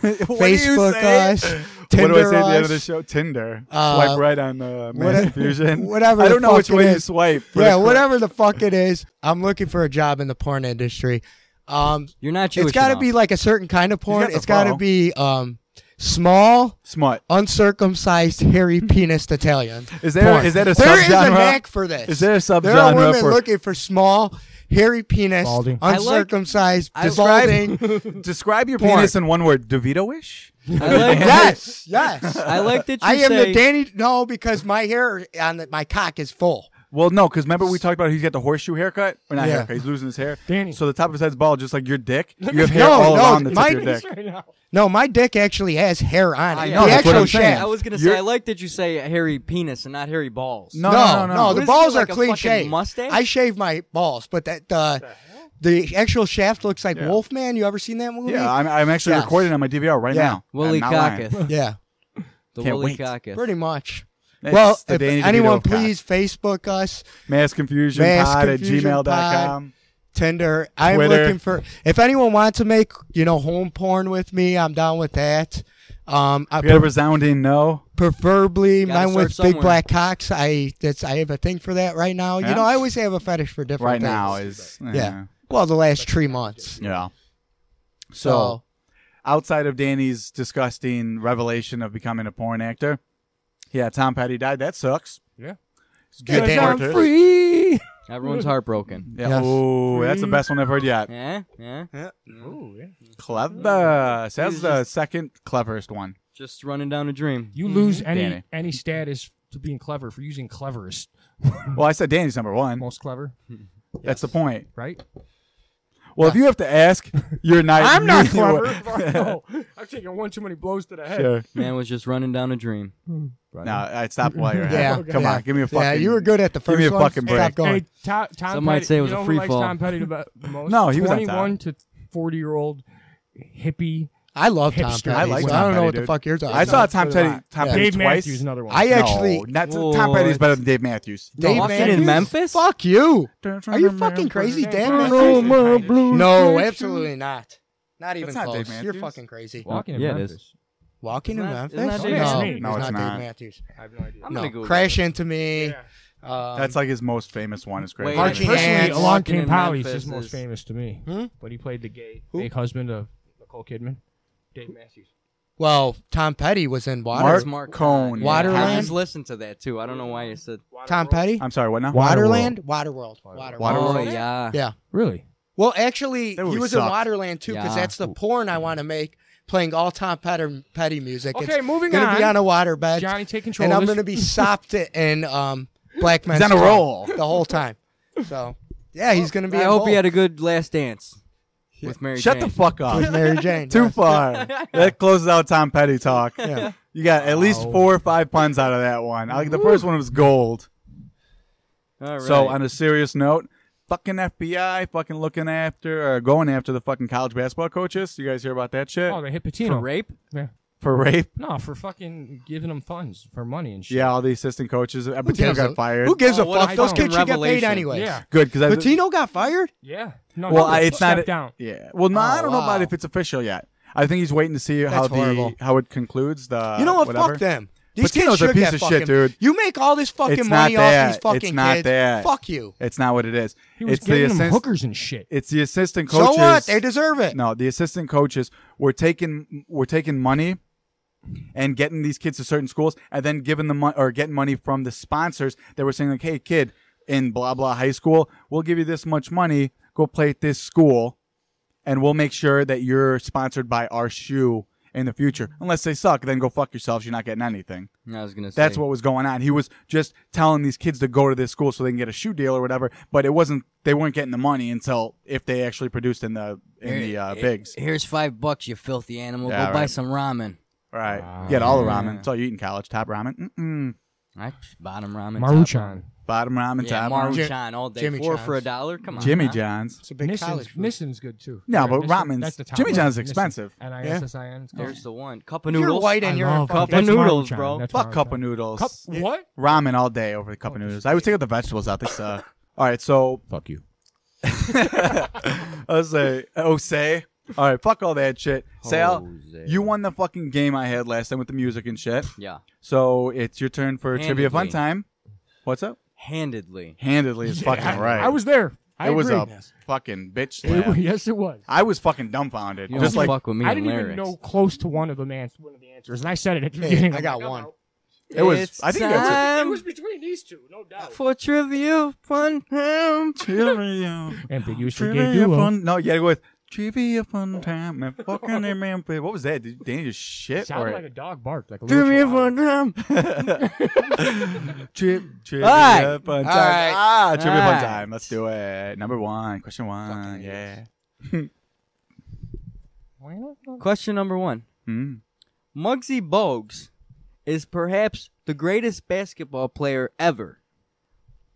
What do you Facebook say? us, what Tinder do I say at the end of the us. show? Tinder. Uh, swipe right on uh, mass what- confusion. whatever I the don't know fuck which it way you is. swipe. for Yeah, the correct- whatever the fuck it is. I'm looking for a job in the porn industry. Um, You're not Jewish it's got to enough. be like a certain kind of porn. got the It's got to fro. be um, small, Smut. uncircumcised, hairy penis Italian. Is there- porn. is that a There is subgenre? a knack for this. Is there a There are subgenre women for looking for small, hairy penis, Balding. I like- uncircumcised, I- balding. Describe your Porn. penis in one word. DeVito-ish? I like, yes, yes. I like that you I am say the Danny. No, because my hair on the, my cock is full. Well, no, because remember we talked about he's got the horseshoe haircut? Or not Yeah. haircut. He's losing his hair. Danny. So the top of his head's bald, just like your dick. You have hair No, all no, around the my- tip of your dick. No, my dick actually has hair on it. I know, the that's what actual I'm saying. shaft. I was gonna You're- say I like that you say hairy penis and not hairy balls. No, No, no, no, no. the What is balls it, like are a clean fucking shaved. mustache? I shave my balls, but that uh, the actual shaft looks like Yeah. Wolfman. You ever seen that movie? Yeah, I'm, I'm actually Yes. recording on my DVR right Yeah. now. Willy I'm not lying. cocketh. Yeah, The Can't woolly wait. cocketh. pretty much. That's well, the if Danny DeVito anyone of cock. please Facebook us, Mass confusion Mass pod at confusion gmail.com. Tinder. I'm Twitter. looking for if anyone wants to make you know home porn with me, I'm down with that. Um, I We got a resounding no. preferably Gotta mine with start big somewhere. black cocks. I that's I have a thing for that right now. You Yeah. know, I always have a fetish for different Right things. now is Yeah. well, the last three months. Yeah. So, So outside of Danny's disgusting revelation of becoming a porn actor, yeah, Tom Petty died. That sucks. Yeah. It's Yeah, good Dan- part I'm to- free. Everyone's heartbroken. Yeah. Yes. Oh, that's the Free. best one I've heard yet. Yeah, yeah. Ooh, yeah. Clever. So That's He's the second cleverest one. Just running down a dream. You lose any Danny. any status to being clever for using cleverest, Well, I said Danny's number one. most clever, That's the point. right? Well, if you have to ask, you're not. I'm not you- clever. no, I've taken one too many blows to the head. sure. Man was just running down a dream. No, I stopped while you're yeah, ahead. Come yeah. on, give me a fucking. Yeah, you were good at the give first me a one. fucking Stop break. going. Hey, Tom, Tom Some might Petty- say it was you know a who free likes fall. Tom Petty the be- most? No, he was on top. twenty-one to forty-year-old hippie. I love Tom Hipster. Petty. I like so Tom I don't know Petty, what the dude. fuck you're talking I saw about. Tom Petty. Tom Yeah. Petty Dave twice. Matthews, another one. I No, actually not Tom Petty's What? better than Dave Matthews. Dave Often Matthews? in Memphis? Fuck you. Are you fucking crazy, Dan? Matthews? No, absolutely not. Not even That's not close. Dave you're Matthews. fucking crazy. Walking in Yeah, it Memphis. is. Walking Isn't in that- Memphis? isn't no, that Dave Matthews? No, it's not not. Dave Matthews. I have no idea. I'm No, gonna go with crash into me. Um, That's like his most famous one. Is Wait, crazy. Like, Marching personally, Ants. Along Walking Came in Polly is Memphis just most is- famous to me. Hmm? But he played the gay Who? fake husband of Nicole Kidman. Dave Matthews. well, Tom Petty was in Water. Mark Mark, Mark Cohn. Waterland? I just listened to that too. I don't know why you said. Oh, Tom Petty? I'm sorry, what now? Waterland? Waterworld. Waterworld. Oh Waterworld? yeah. Yeah. Really? Well, actually, he That movie was in sucked. Waterland too, because Yeah. that's the porn I want to make, playing all Tom Petty, Petty music. Okay, moving gonna on. be on a waterbed, Johnny, take control. and of I'm this. gonna be sopped in um, black men's on a Club roll. the whole time. So, yeah, he's gonna be. I in hope he both had a good last dance with Mary. Shut Jane. the fuck with up. Mary Jane. Too yeah. far. That closes out Tom Petty talk. Yeah. You got at least Wow. four or five puns out of that one. I, the first one was gold. All right. So on a serious note, fucking FBI, fucking looking after or going after the fucking college basketball coaches. You guys hear about that shit Oh, they hit for Patino. rape. Yeah. for rape? No, for fucking giving them funds for money and shit. Yeah, all the assistant coaches. Uh, Who Patino gives a- got fired. Who gives Oh, a what a fuck? Those fucking kids should get paid revelation. anyway. Yeah. Good because I Patino got fired. Yeah. No, Well, no, I, it's step not. down. Yeah. Well, no, I Oh, don't know about wow. if it's official yet. I think he's waiting to see how horrible. the how it concludes. The You know what? Whatever. Fuck them. These Patino's kids a should piece get of shit, fucking, dude. You make all this fucking It's not money that. It's off these fucking not kids. that. Fuck you. It's not what it is. He was it's the giving them assist- hookers and shit. It's the assistant coaches. So what? They deserve it. no, the assistant coaches were taking were taking money and getting these kids to certain schools, and then giving the money or getting money from the sponsors that were saying like, "Hey, kid, in blah blah high school, we'll give you this much money. Go play at this school, and we'll make sure that you're sponsored by our shoe." In the future, unless they suck, then go fuck yourselves. You're not getting anything. I was gonna say. That's what was going on. He was just telling these kids to go to this school so they can get a shoe deal or whatever. But it wasn't. They weren't getting the money until if they actually produced in the in the uh, bigs. Here's five bucks, you filthy animal. Yeah, Go buy right. some ramen. Right. Ah. you get all the ramen. That's all you eat in college. Top ramen. Mm-mm. Right? Bottom ramen. top Maruchan. Bottom ramen. Yeah, top ramen. Maruchan all day. Jimmy Four John's. for a dollar. Come on. Jimmy huh? John's. It's a big college. Nissan's, food. Nissan's good too. No, Yeah, but Nissan- ramen's- that's the top Jimmy one. John's Nissan. expensive. N-I-S-S-I-N. There's the one. Cup of If you're noodles. white and you're in love fucking Cup of That's noodles, Maruchan. bro. That's Fuck cup Maruchan. of noodles. Cup what? Ramen all day over the cup of noodles. I would take out the vegetables out. They suck. all right. So Fuck you. I was like, oh say. All right. Fuck all that shit. Sal, Jose. you won the fucking game I had last time with the music and shit. Yeah. So it's your turn for trivia fun Handedly. time. What's up? Handedly. Handedly is fucking right. I was there. I It was agree. a fucking bitch. It- slap. yes, it was. I was fucking dumbfounded. You Just don't like fuck with me I in didn't lyrics. even know close to one of the man, one of the answers, and I said it at the Hey, beginning. I I'm got like, I'm one. out. it was. It's I think it was. time It was between these two, no doubt. for trivia fun time. Trivia. Ambiguous for gay Trivia duo. fun. No, you gotta go with trivia fun time. Man, fucking name, man. What was that? Did Danny just shit? Sounded Or like a dog barked, like a little Trivia chihuahua. fun time. Trip, trivia Alright. fun time. Alright. Ah, trivia fun Alright. time. Let's do it. Number one, question one. Yeah. Question number one. Mm. Muggsy Bogues is perhaps the greatest basketball player ever.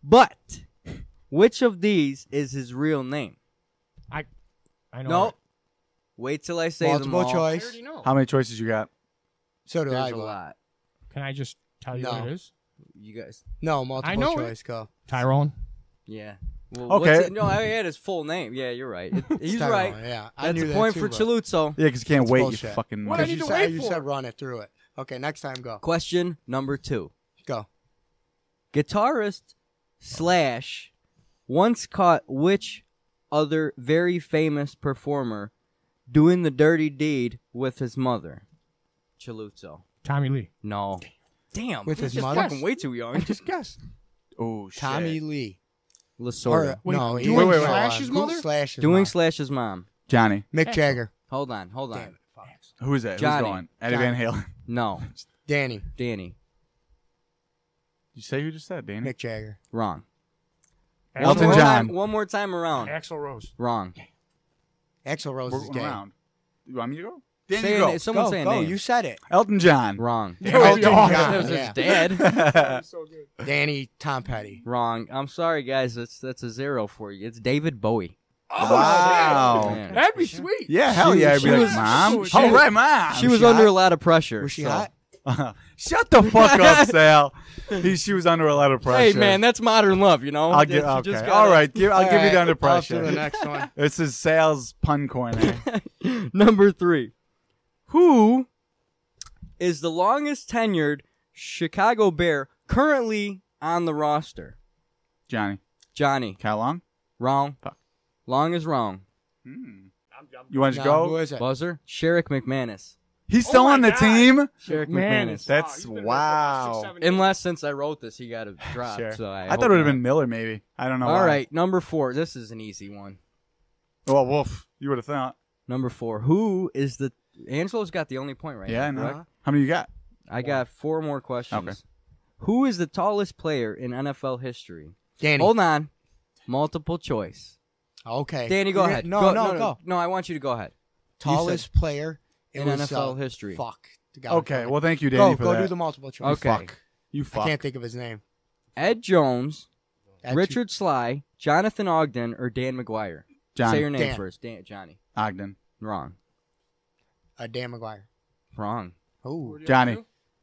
But which of these is his real name? I, I know. No. Wait till I say Multiple them all. I choice. already know. How many choices you got? So do There's I. a but- lot. Can I just tell you No. what it is? You guys. No, multiple know it. choice. Go. Tyrone. Yeah. Well, what's Okay. it- No, I had his full name. Yeah, you're right. It- he's Tyron, right. Yeah, I That's knew a that point too, for but- Chaluzzo. Yeah, because you can't That's wait. bullshit. You fucking. What monkey. I need you to said, wait you for it. said run it through it. Okay, next time go. Question number two. Go. Guitarist slash once caught which other very famous performer doing the dirty deed with his mother? Chaluzzo. Tommy Lee. No. Damn. With his he's just mother? fucking way too young. Just guess. Oh shit. Tommy Lee. Lasorda. Or, no, Wait, he- doing no, uh, Slash's who mother? Slash his Doing mom? Slash's mom. Johnny. Mick Jagger. Hold on, hold on. Damn it, Who is that? Johnny. Who's going? Eddie Van Halen. No, Danny. Danny, You say who just said Danny? Mick Jagger. wrong. Elton one more John. Time, one more time around. Axel Rose. Wrong. Axl Rose We're is going gay. around. You want me to go? Danny, Say you a go. na- someone go, say a go. name. You said it. Elton John. Wrong. Elton John. That Yeah. was his dad. Danny Tom Petty. Wrong. I'm sorry, guys. That's that's a zero for you. It's David Bowie. wow. Man. That'd be sweet. Oh, Yeah, hell yeah. I'd she be like, was- mom. she All was- right, mom. She was, she under hot? a lot of pressure. Was she so- hot? Shut the fuck up, Sal. He, she was under a lot of pressure. Hey, man, that's modern love. You know. I'll give. That you Okay. just All right. Give, I'll All give you right, the under off to the pressure. next one. This is Sal's pun corner. gotta- Number three. Who is the longest tenured Chicago Bear currently on the roster? Johnny. Johnny. How long? Wrong. Fuck. Long is wrong. You want to No, who go? is it? Buzzer. Sherrick McManus. He's Oh still my on the God. team. Sherrick Oh, Man, McManus. That's wow. Unless since I wrote this, he got a drop. Sure. So I, I, hope thought it would have not. been Miller, maybe. I don't know. All why. right, number four. This is an easy one. Well, Wolf, you would have thought. Number four. Who is the Angelo's got the only point right Yeah, I now. know. correct? How many you got? I got four more questions. Okay. Who is the tallest player in NFL history? Danny. Hold on. Multiple choice. Okay. Danny, go You're- ahead. No, Go- no, no, go. No, I want you to go ahead. Tallest player In was, NFL uh, history. Fuck. The guy Okay. who- Well, thank you, Danny, go for go that. do the multiple choice. Okay. Fuck. You I fuck. can't think of his name. Ed Jones, That's Richard Sly, Jonathan Ogden, or Dan McGuire? Johnny Say your name Dan. first. Dan, Johnny. Ogden. Wrong. who- Uh, Dan McGuire. Wrong. Oh. Johnny.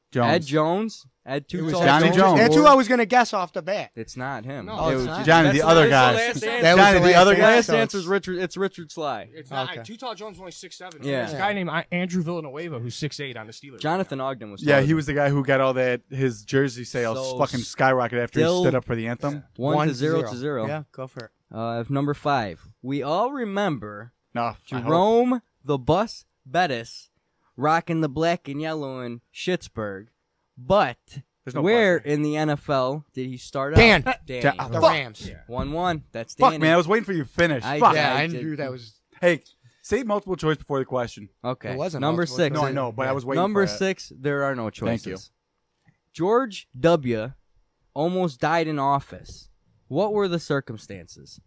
Jones. Ed Jones. Ed It Two was Tall Johnny Jones. That's who I was gonna guess off the bat. It's not him. No, Oh, It it's was not? just- Johnny, that's the other his guy. last That answer. was Johnny, the the last other answer. guy. last so answer is it's- Richard. It's Richard Sly. It's not. Okay. Utah Jones is only six seven. Yeah. There's a guy named uh, Andrew Villanueva who's six eight on the Steelers. Jonathan Ogden was. Yeah, taller he than was the guy who got all that his jersey sales So fucking skyrocketed after he still- stood up for the anthem. him. one, to zero, to zero. Yeah, go for it. Uh, number five, we all remember No, I hope- Jerome the Bus Bettis rocking the black and yellow in Schittsburg, but There's no where buzzer. in the NFL did he start Dan. out? Danny. Ja- The Fuck. Rams. One one. That's Fuck, Danny. man, I was waiting for you to finish. I- Fuck. Yeah, I I did- knew that was. Hey, say multiple choice before the question. Okay. It wasn't number multiple six. No, choice. I know, but I was waiting. Number for it. six, there are no choices. Thank you. George W. almost died in office. What were the circumstances?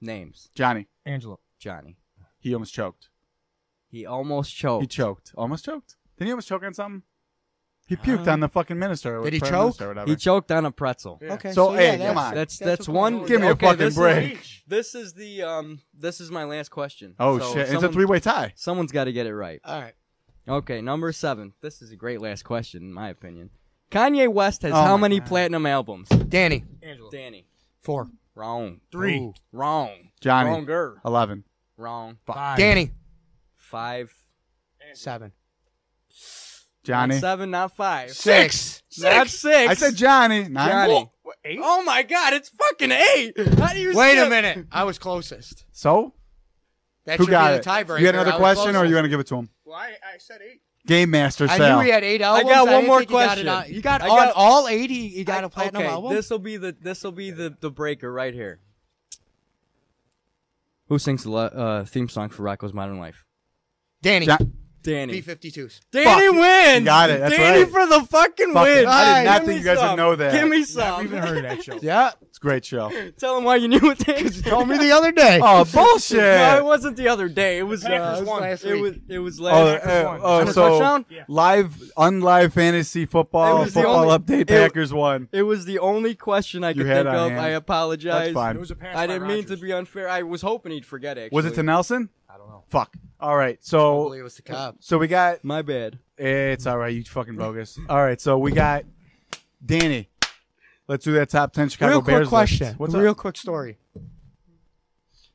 Names. Johnny, Angelo. Johnny. he almost choked. He almost choked. He choked. Almost choked. Didn't he almost choke on something? He puked on the fucking minister. or Did he prime choke? minister Or whatever. He choked on a pretzel. Okay. So, hey, yeah, come on. That's That's that's what one. we're Give me a okay, fucking this break. Is, this is the um. This is my last question. oh So shit! It's a someone- three-way tie. Someone's got to get it right. All right. Okay, number seven. This is a great last question, in my opinion. Kanye West has Oh how my many God. platinum albums? Danny. Angelo. Danny. Four. Wrong. Three. Ooh. Wrong. Johnny. Wronger. Eleven. Wrong. Five. Danny. Five. Seven. Johnny. Not seven, not five. Six. Not six. I said Johnny. Nine. Johnny. Eight. Oh my God! It's fucking eight. How do you? Wait a skip? minute. I was closest. So That who should got be it? the tiebreaker. You had another I was question, or closest. you gonna give it to him? Well, I, I said eight. Game master. I Sal. knew he had eight albums. got one didn't more think he got it question. on- You got, I got- on all eighty. You got I- a platinum okay, album. This will be the this will be the, the breaker right here. Who sings the lo- uh, theme song for Rocco's Modern Life? Danny. Jo- Danny. B fifty twos. Danny Fuck. wins. You got it, that's Danny right. for the fucking Fuck it. win. I did not think Give me you guys would some. know that. Give me I've some. even heard of that show. Yeah. It's a great show. Tell him why you knew it. Danny. Told me the other day. oh No, it bullshit! wasn't the other day. It was. Packers Uh, won last it week. was. It was Oh, last. uh, On oh, the so touchdown? live, unlive fantasy It football, was the football only- update. it- Packers won. it was the only question I You could had think on of. hand. I apologize. That's fine. It was a pass. I by didn't mean to Rodgers. be unfair. I was hoping he'd forget. Actually, Was it to Nelson? I don't know. Fuck. All right. So Hopefully it was the cop. so we got My bad. It's all right. You fucking bogus. All right. So we got Danny. Let's do that top 10 Chicago Real quick Bears. list. question. What's Real up? quick story.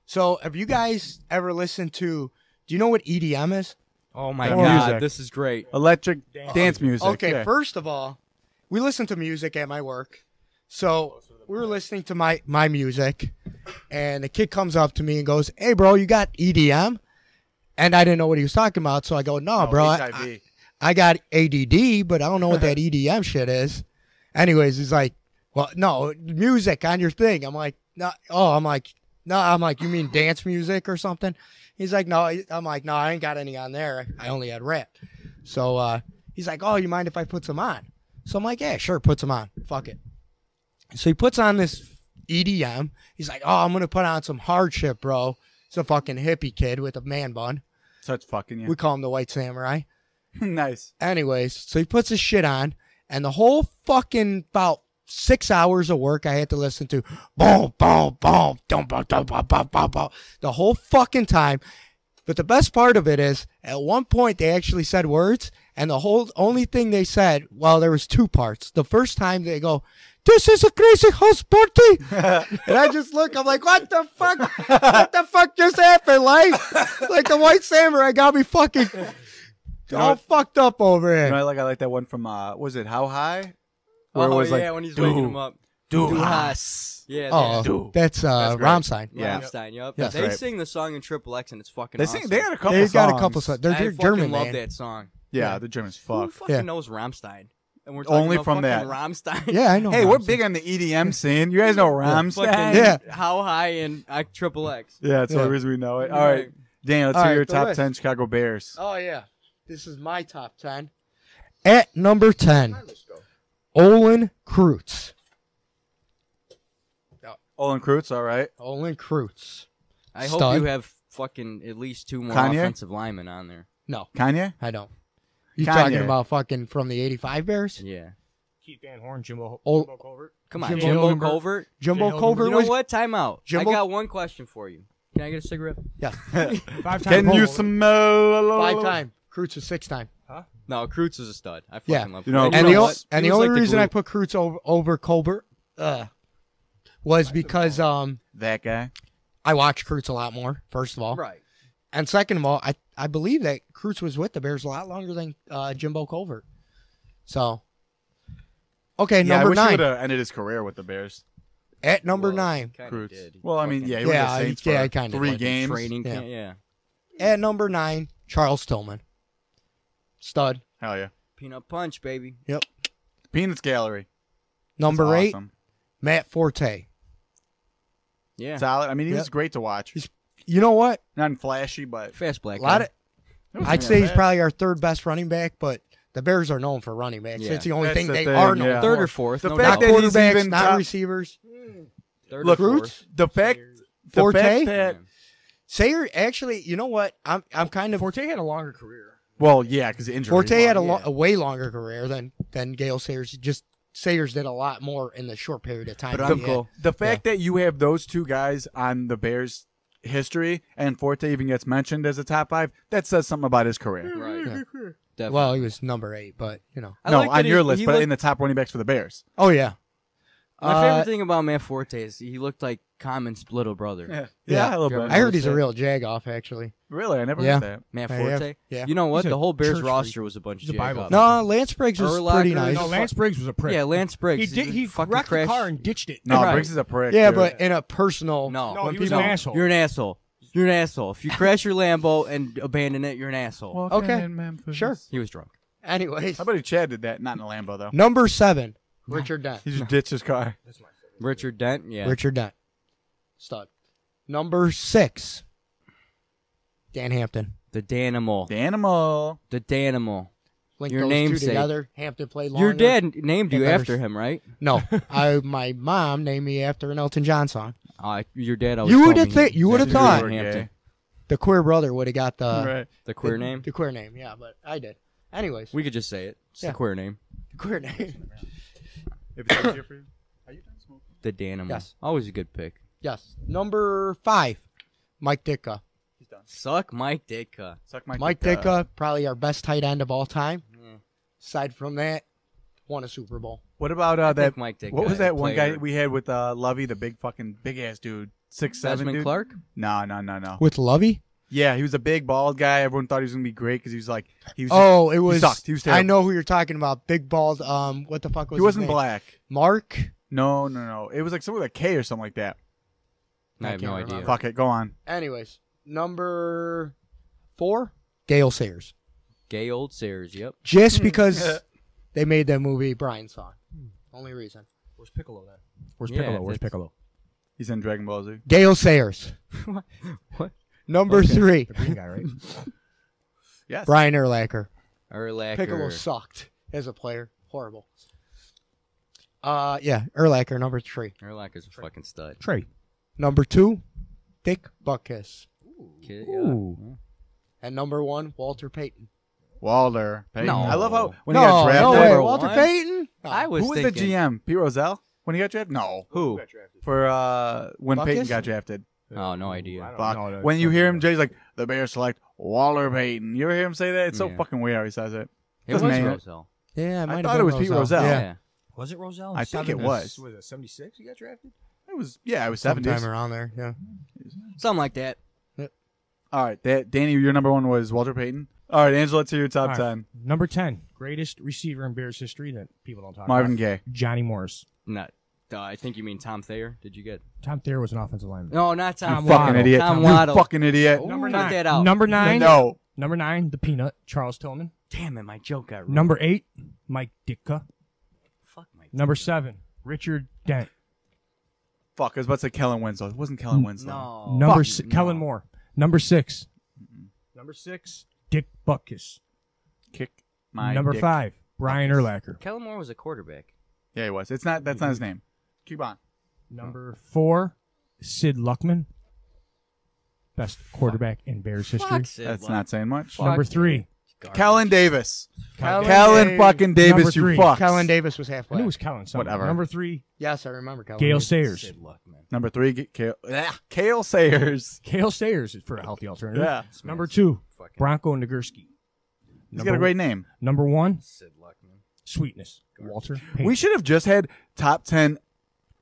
So, have you guys ever listened to? Do you know what EDM is? Oh my Or god, music. this is great. Electric Dance dance, music. okay, yeah. first of all, we listen to music at my work. So we were listening to my my music, and the kid comes up to me and goes, "Hey, bro, you got EDM?" And I didn't know what he was talking about, so I go, "No, Oh, bro, I, I- HIV. I got ADD, but I don't know what that EDM shit is." Anyways, he's like, "Well, no, music on your thing." I'm like, "No, oh, I'm like, no, I'm like, you mean dance music or something?" He's like, "No," I'm like, "No, I ain't got any on there. I only had rap." So uh, he's like, "Oh, you mind if I put some on?" So I'm like, "Yeah, sure, put some on. Fuck it." So he puts on this EDM. He's like, "Oh, I'm gonna put on some hardship, bro." It's a fucking hippie kid with a man bun. Such fucking yeah. We call him the White Samurai. nice. Anyways, so he puts his shit on, and the whole fucking about six hours of work I had to listen to boom, boom, boom, dum, bum, dum, bum, bum, bum, bum, the whole fucking time. But the best part of it is, at one point they actually said words, and the whole only thing they said, well, there was two parts. The first time they go, "This is a crazy house party," and I just look, I'm like, "What the fuck? What the fuck just happened, life?" Like the white samurai got me fucking You know all what- fucked up over here. You know, I like I like that one from uh, what was it How High? Where it oh was yeah, like when he's "Do, waking him up. do, Do ah." us. Yeah. Oh, that- Dude. that's uh, That's great. Rammstein. Yeah. Rammstein, yup. Yes. they Right. sing the song in Triple X and it's fucking They awesome. sing. They had a couple. They've got a songs. couple. Songs. They're I Ger- fucking German, love man. that song. Yeah, the Germans Who fuck. fucking Yeah. knows Rammstein? And we're Only talking about from fucking that. Rammstein. Yeah, I know. Hey, we're Rammstein. big on the EDM scene. You guys know Rammstein. Fucking Yeah. How high in uh, Triple X? Yeah, that's the Yeah. only reason we know it. All right, Daniel, let's All hear right, your the top list. ten Chicago Bears. Oh yeah, this is my top ten. At number ten, Olin Krutz. Olin Krutz, all right. Olin Krutz. I Stud. hope you have fucking at least two more Kanye? offensive linemen on there. No, Kanye. I don't. You Kanye. talking about fucking from the '85 Bears? Yeah. Keith Van Horn, Jimbo, Oh. Jimbo Covert. Come on, Jimbo Jimbo, Hildenberg. Covert. Jumbo Jalen Culver You know was. what? Time out. Jimbo- I got one question for you. Can I get a cigarette? Yeah, Five times. Can you smell? five time. Krutz was six time. No, Kreutz is a stud. I fucking Yeah. love You know- Kreutz. And And you the, know o- what? and He the was only like the reason glue. I put Krutz over over Colbert uh, was because um That guy. I watched Krutz a lot more. First of all, Right. And second of all, I, I believe that Cruz was with the Bears a lot longer than uh, Jimbo Colvert. So, okay, yeah, I number wish he would nine. have ended his career with the Bears. At number Well, nine. kinda Krutz. did. He Well, I mean, fucking yeah, he went to Yeah, the I- Saints yeah, I for kinda three like games. Training Yeah. camp. Yeah. At number nine, Charles Tillman. Stud. Hell yeah. Peanut punch, baby. Peanuts Gallery. Number That's eight, awesome. Matt Forte. Yeah. Solid. I mean, he was Yeah. great to watch. He's- You know what? Not flashy, but Fast black. A lot guy. of, I'd say he's probably our third best running back, but the Bears are known for running backs. Yeah. It's the only That's thing the they thing, are known yeah. for. third or fourth. The no fact Not doubt. that he's quarterbacks, even not top- receivers. Third or Look, fourth. Krutz? the fact, the Forte? fact that Yeah. Sayer, actually, you know what? I'm I'm kind of Forte had a longer career. well, yeah, because injury. Forte had a, yeah. lo- a way longer career than than Gale Sayers. Just Sayers did a lot more in the short period of time. But he I'm had. cool. The fact that you have those two guys on the Bears history and Forte even gets mentioned as a top five, that says something about his career. Right. Definitely. Well, he was number eight, but you know. I no, like on that he- your list, he but looked- in the top running backs for the Bears. Oh yeah. My Uh, favorite thing about Matt Forte is he looked like Common's little brother. Yeah. yeah, a little bit. I heard he's a real jagoff, actually. Really, I never Yeah. heard that. Matt Yeah, Forte. yeah. You know what? He's a The whole church Bears freak. roster was a bunch He's a of Bible jagoffs. No, Lance Briggs was Urlacher pretty is nice. a No, Lance Briggs was a prick. Yeah, Lance Briggs. he is did. a He fucking wrecked crash. the car and ditched it. No, Right. Briggs is a prick. yeah, dude. but in a personal. No. No, when he was people- an asshole. You're an asshole. You're an asshole. If you crash your Lambo and abandon it, you're an asshole. Walking Okay. in Memphis. Sure. he was drunk. Anyways, I bet if Chad did that, not in a Lambo though. number seven, Richard Dent. He just ditched his car. Richard Dent. Yeah. Richard Dent, stud. Number six, Dan Hampton. The Danimal. The animal. The Danimal. Link Your those two namesake. together. Hampton played longer. Your dad named you Yeah, better- after him, right? No, I my mom named me after an Elton John song. Uh, your dad always You told would've me think- he- you would've that thought. were Hampton. The queer brother would have got the right. The queer the- name. The queer name, yeah, but I did. Anyways, We could just say it. It's Yeah. the queer name. the queer name. If it's easier for you. The Danimal. Yes. Always a good pick. Yes, number five, Mike Ditka. Suck Mike Ditka. Suck my Mike dick, uh, Ditka, probably our best tight end of all time. Aside from that, won a Super Bowl. What about uh, think that Mike Ditka What was that one guy played- we had with uh, Lovey, the big fucking big ass dude? six seven. Desmond Dude. Clark. No, no, no, no. with Lovey. Yeah, he was a big bald guy. Everyone thought he was gonna be great because he was like he was. Oh, it was. sucked. He was I terrible. know who you're talking about. Big bald. Um, what the fuck was? he wasn't his name? black. Mark. No, no, no. It was like something with a K or something like that. I I have can't no remember. idea. Fuck it, go on. Anyways, number four, Gail Sayers. Gay old Sayers. Yep. Just because they made that movie, Brian saw. Hmm. Only reason. Where's Piccolo then? Where's Yeah, Piccolo? Where's that's- Piccolo? He's in Dragon Ball Z. Gail Sayers. What? What? Number three, The green guy, right? Yes. Brian Erlacher. Erlacher. Piccolo sucked as a player. Horrible. Uh, yeah, Erlacher, number three. Erlacher's a fucking stud. Trey. Number two, Dick Buckus. Kid, yeah. Ooh. And number one, Walter Payton. Walter. Payton. No. I love how when no, he got no drafted. way, Number Walter one? Payton. No. I was Who was thinking- the GM? Pete Rozelle? When he got drafted? No. Who? For uh when Buckus? Peyton got drafted. Oh, no idea. I don't Fuck. know. when you hear him, That's- Jay's like, the Bears select Waller Payton. You ever hear him say that? It's so Yeah. fucking weird how he says it. It was Man. Roselle. yeah, I might have thought been it was Pete Rozelle. Yeah, yeah. was it Roselle? I think it Seven- was. Was it 76 he got drafted? It was yeah, it was seventies. sometime around there. Yeah. Something like that. All right, that Danny, your number one was Walter Payton. All right, Angela, to your top All right. ten. Number 10, greatest receiver in Bears history that people don't talk Marvin about. Gaye. Johnny Morris. Not. Uh, I think you mean Tom Thayer. Did you get? Tom Thayer was an offensive lineman. No, not Tom. you Waddle. fucking idiot. Tom you Waddle. fucking idiot. Ooh, Number get nine. that out. Number nine. No. Number nine, the peanut, Charles Tillman. Damn it, my joke got ruined. Number eight, Mike Ditka. Fuck my. Number seven, Richard Dent. Fuck, I was about to say Kellen Winslow. It wasn't Mm. Kellen Winslow. No. Number Oh, Fuck, si- no. Kellen Moore. Number six. Number six, Dick Buckus. Kick my Number dick. five, Brian Erlacher. Kellen Moore was a quarterback. Yeah, he was. It's not that's not his name. Keep on. Number four, Sid Luckman. Best quarterback in Bears history. Fuck Sid That's Luck. not saying much. Fuck. Number three. Garbage. Kellen Davis. Kellen Kellen Davis. fucking Number Davis, you three. fuck. Kellen Davis was halfway. I knew it was Kellen. something. Whatever. Number three, yes, I remember Kellen. Gail Davis. Sayers. Sid Luckman. Number three, G- Kale, ah, Kale Sayers. Gail Sayers is for a healthy alternative. Yeah. Number two, Fucking Bronco Nagurski. He's got a great name. Number one, Sid Luckman. Sweetness. Walter. Payton. We should have just had top 10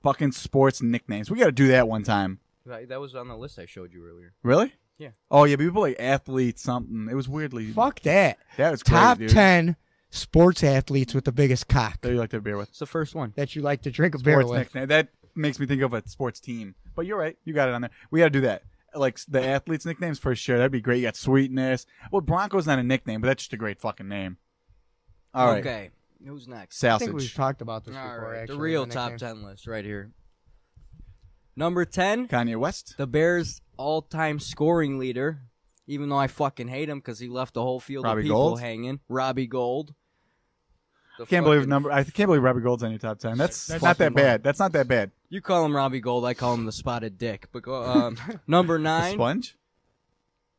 fucking sports nicknames. We got to do that one time. That, that was on the list I showed you earlier. Really? Yeah. Oh, yeah, people like athlete something. It was weirdly. Fuck that. That was great, Top dude. ten sports athletes with the biggest cock That you like to have beer with. It's the first one. that you like to drink a beer sports with. nickname. That makes me think of a sports team. But you're right. You got it on there. We got to do that. Like the athletes' nicknames for sure. That'd be great. You got Sweetness. Well, Bronco's not a nickname, but that's just a great fucking name. All right. Okay. Who's next? I think we've Sausage. talked about All this right. before. Actually, the real the top nickname. ten list right here. Number ten, Kanye West. the Bears' all-time scoring leader. Even though I fucking hate him because he left the whole field Robbie of people Gold? hanging. Robbie Gold. The Can't believe fucking- number. I can't believe Robbie Gold's on your top ten. That's, That's not that fucking bad. That's not that bad. You call him Robbie Gold. I call him the spotted dick. But go- um, number The nine, sponge.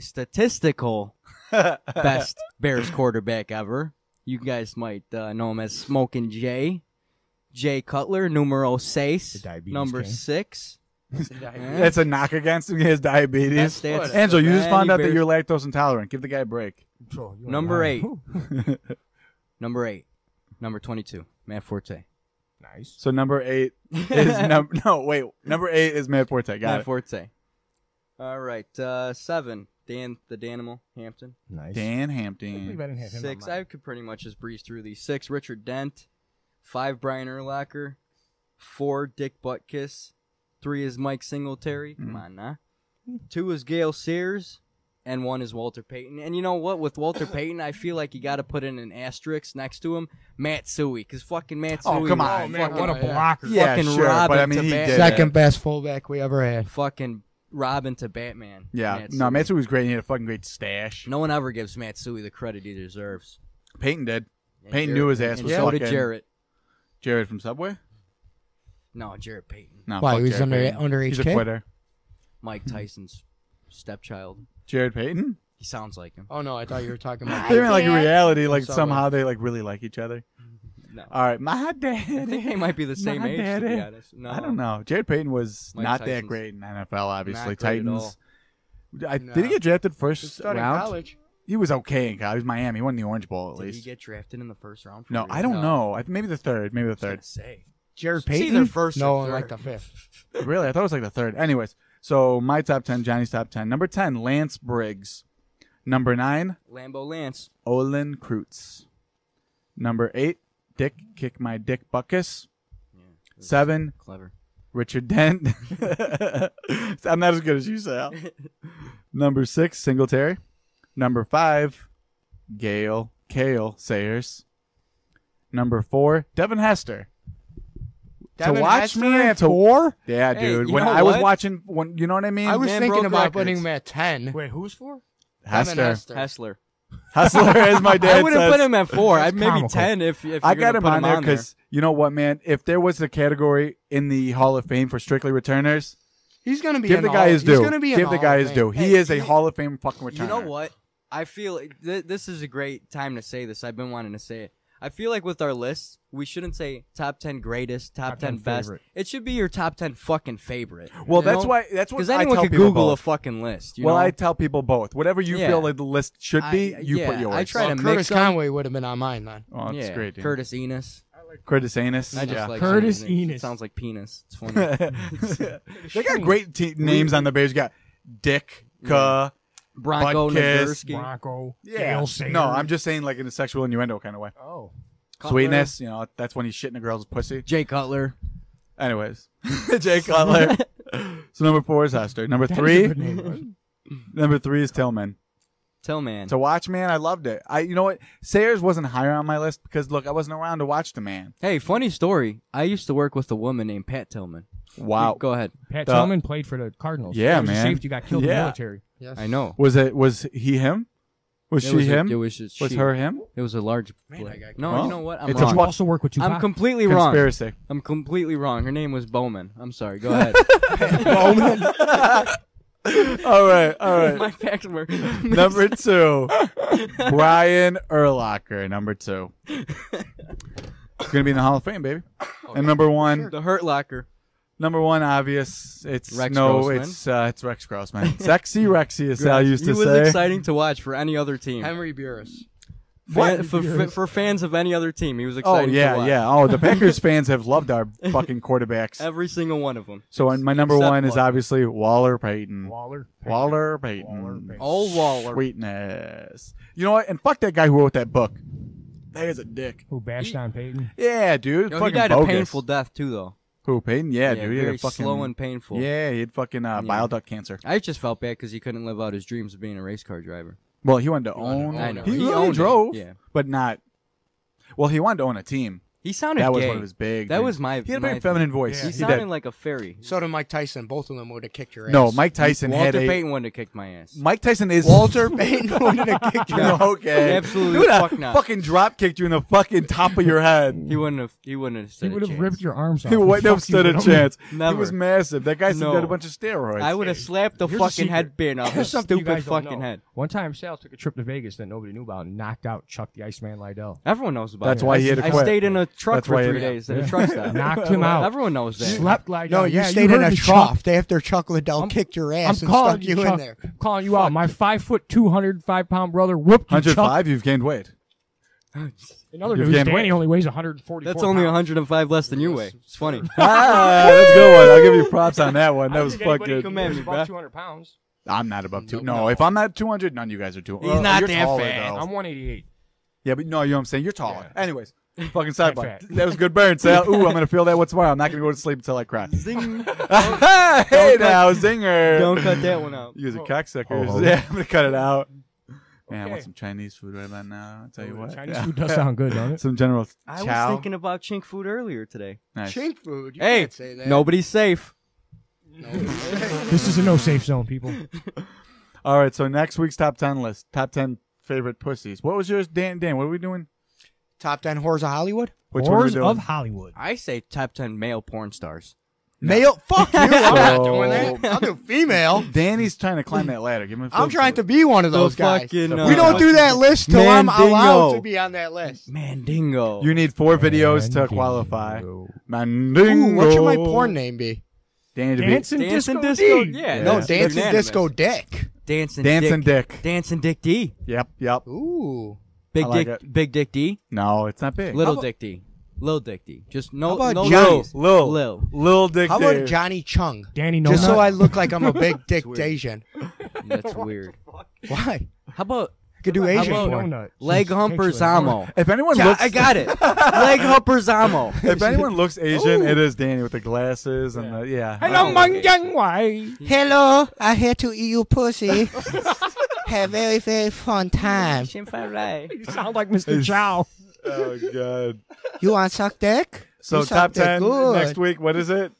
statistical best Bears quarterback ever. You guys might uh, know him as Smoking Jay. Jay Cutler, numero The seis, diabetes number king. six. That's a knock against him. He has diabetes. That's- that's- Angel, you just found Any out that Bears- you're lactose intolerant. Give the guy a break. Oh, you Number are eight. lying. Number eight, number twenty-two, Matt Forte. nice. So number eight is num- no wait. Number eight is Matt Forte. Got Matt it. Forte. All right, uh, seven, Dan the Danimal Hampton. Nice. Dan I believe I Hampton. didn't have him on Six, mine. I could pretty much just breeze through these. Six, Richard Dent. Five, Brian Urlacher. Four, Dick Butkus. Three is Mike Singletary. Mm-hmm. Come on, nah. Two is Gail Sears. And one is Walter Payton. And you know what? With Walter Payton, I feel like you got to put in an asterisk next to him. Matt Suey. Because fucking Matt Suey. Oh, come was on. Oh, man, fucking- what a Oh, yeah. blocker. Yeah, fucking sure, Robin but I mean to he bat. did. Second best fullback we ever had. Fucking Robin to Batman. Yeah, Matt no, Suey. Matsui was great. He had a fucking great stash. No one ever gives Matt Suey the credit he deserves. Peyton did. And Payton Jarrett- knew his ass and was so did fucking- Jarrett. Jared from Subway. No, Jarrett Payton. No, Why, fuck he was Jared under- Payton. underage He's a kid? quitter. Mike Hmm. Tyson's stepchild. Jared Payton. He sounds like him. Oh no, I thought you were talking They about. mean like in reality, like Subway. somehow they like really like each other. No. All right, my I think dad. they might be the same My age, to daddy. be honest. No. eh? I don't know. Jared Payton was Mike not that Tyson's- great in NFL. Obviously, Not great at all. Titans. I, No. Did he get drafted Just first starting round? college. He was okay in college. He was Miami. He won the Orange Bowl at Did he least. get drafted in the first round? For no, real? I don't No. know. I, maybe the third. Maybe the I was gonna third. Say. Jared It's either Payton. first or no, and third. like the fifth. really? I thought it was like the third. Anyways, so my top 10, Johnny's top 10. Number 10, Lance Briggs. Number 9, Lambo Lance. Olin Kreutz. Number 8, Dick Kick My Dick Buckus. Seven, Clever. Richard Dent. I'm not as good as you, Sal. Number six, Singletary. Number five, Gail Kale Sayers. Number four, Devin Hester. Devin watch Hester me at to- four. Yeah, Hey, dude. you When know I was what? watching, when you know what I mean, I was man thinking broke about records. putting him at ten. Wait, who's for? Devin Hester, Hessler. Hustler, as my dad I would have says. put him at four. That's I'd maybe comical. ten if, if I you're got gonna him put on there because you know what, man. If there was a category in the Hall of Fame for strictly returners, He's gonna be give an the guy all, his He's due. gonna be an Give the all guy his thing. due. He Hey, is a you- Hall of Fame fucking returner. You know what? I feel th- this is a great time to say this. I've been wanting to say it. I feel like with our lists, we shouldn't say top ten greatest, top, Top 10 ten, best. favorite. It should be your top ten fucking favorite. Well, you that's know? why. That's what Because I anyone tell could people. Google a both. fucking list. You well, know? I tell people both. Whatever you Yeah. feel like the list should be, I- you put yeah, yours. I try Well, to Curtis mix 'em. Conway would have been on mine then. Oh, that's yeah, great, dude. Curtis Enos. Curtis Anus. I just yeah. like Curtis saying his name. It Enos. sounds like penis. It's funny. they got great te- names on the Bears. You got Dick. Ka. Bronco Butkus, Nagurski. Bronco. Yeah. Gale Sayers. No, I'm just saying like in a sexual innuendo kind of way. Oh. Sweetness. You know, that's when he's shitting a girl's pussy. Jay Cutler. Anyways, Jay Cutler. so number four is Hester. Number three. Number three is Tillman. Tillman. To watch, man, I loved it. I, you know what, Sayers wasn't higher on my list because look, I wasn't around to watch the man. Hey, funny story. I used to work with a woman named Pat Tillman. Wow, Go ahead. Pat The- Tillman played for the Cardinals. Yeah, He was a man. Safety got killed in Yeah. the military. Yes. I know. was it was he him? Was It she was a- him? it was was just she. her him? It was a large. Man, black- I got- no, Well, you know what? I'm it's Did a wrong. you also work with Tupac? I'm completely wrong. Conspiracy. I'm completely wrong. Her name was Bowman. I'm sorry. Go ahead. all right, all right. My facts were number two, Brian Erlocker. Number two, it's gonna be in the Hall of Fame, baby. and number one, the Hurt Locker. number one, obvious. It's Rex no, Grossman. it's uh, it's Rex Grossman. Sexy Rexy, as Sal used he to was say. exciting to watch for any other team. Henry Burris. Fan- for, for, for fans of any other team, he was Oh exciting. to yeah, watch. yeah. Oh, the Packers fans have loved our fucking quarterbacks. Every single one of them. So and my number Except one is Waller. obviously Waller Payton. Waller. Waller Payton. Waller Payton. All Waller. Sweetness. You know what? And fuck that guy who wrote that book. That is a dick. Who bashed on Peyton? Yeah, dude. Yo, fucking he died bogus. a painful death too, though. Who Payton? Yeah, dude. He had very a fucking slow and painful. Yeah, he had fucking uh, bile duct cancer. I just felt bad because he couldn't live out his dreams of being a race car driver. Well, he wanted to own. I know. He, He really owned it. drove, Yeah. but not. Well, he wanted to own a team. He sounded That gay. was one of his big. That things. was my- He had a my very thing. feminine voice. He He sounded did. like a fairy. So did Mike Tyson. Both of them would have kicked your ass. No, Mike Tyson had Walter a. Payton wouldn't have kicked my ass. Mike Tyson is Walter Payton would have kicked your ass. okay. He absolutely Dude, I fuck not. fucking drop kicked you in the fucking top of your head. He wouldn't have. He wouldn't have. He Stood would a have chance. ripped your arms off. He wouldn't have stood a chance. Never. He was massive. That guy No. did a bunch of steroids. I would have slapped the Here's a fucking secret. headband off his Here's something you stupid guys don't fucking know. head. One time, Sal took a trip to Vegas that nobody knew about and knocked out Chuck the Iceman Lydell. Everyone knows about. That's it. why he had to I quit. stayed in a truck That's for why he three had to- days at a truck stop. Knocked him out. Everyone knows that. Slept Lydell. No, you yeah, stayed in heard a the trough after Chuck Liddell kicked your ass I'm and calling stuck you Chuck. in there. Calling you out. My five foot two hundred five pound brother whooped you, Chuck. 105, you've gained weight. In other You've news, gained Danny weight. only weighs one hundred forty. That's only 105 less than you weigh. It's funny. ah, that's a good one. I'll give you props on that one. That was fucking. come at me, bruh. Two hundred pounds. I'm not above two. Nope. No, if I'm not 200, none of you guys are 200. He's not you're that taller, fat. though. I'm one eighty eight. Yeah, but no, you know what I'm saying? You're taller. Anyways, fucking sidebar. fat. That was a good burn, Sal. Ooh, I'm going to feel that one tomorrow. I'm not going to go to sleep until I cry. hey "Oh, Don't cut- now, zinger. Don't cut that one out. You guys are Oh. cocksuckers. Oh. Yeah, I'm gonna cut it out. Man, I want Okay. some Chinese food right about now. I'll tell you what. Chinese food does sound good, doesn't it? some general I chow. was thinking about chink food earlier today. Nice. Chink food. You Hey, can't say that. nobody's safe. This is a no safe zone, people. All right, so next week's top ten list. Top ten favorite pussies. What was yours, Dan? Dan, what are we doing? Top ten whores of Hollywood. Which one are we Whores doing? of Hollywood. I say top 10 male porn stars. Male. Fuck you. I'm not doing So- that. I'll do female. Danny's trying to climb that ladder. Give him. I'm trying to be one of those guys. fucking, uh, We we don't do that list till I'm allowed Mandingo. to be on that list. Mandingo. You need four videos to qualify. Mandingo. Ooh, what should my porn name be? Danny DeVito. Dancing Dancing disco. Disco, D. yeah. No, That's dancing unanimous. disco dick. Dancing Dancing Dick. dick. Dancing Dick D. Yep, yep. Ooh. Big I like Dick Big Dick D. No, it's not big. Little How Dick D. Lil Dicky. Just no, How about no Johnny? L's. Lil, Lil, Lil. Lil Dick. How about Dave. Johnny Chung? Danny, no. Just so nut. I look like I'm a big dick weird. Asian. That's weird. Why? How about I could do How Asian about um, porn. donut? Leg Since it Humper takes you an Zamo? If anyone Yeah, looks, I got it. Leg Humper Zamo. If anyone looks Asian, it is Danny with the glasses and the yeah. hour. Hello, Oh, Mang okay. Yang Wai. Hello, I had to eat your pussy. Have very very fun time. You sound like Mr. Chow. Oh god. You want suck dick? So You top suck dick ten good. next week. What is it?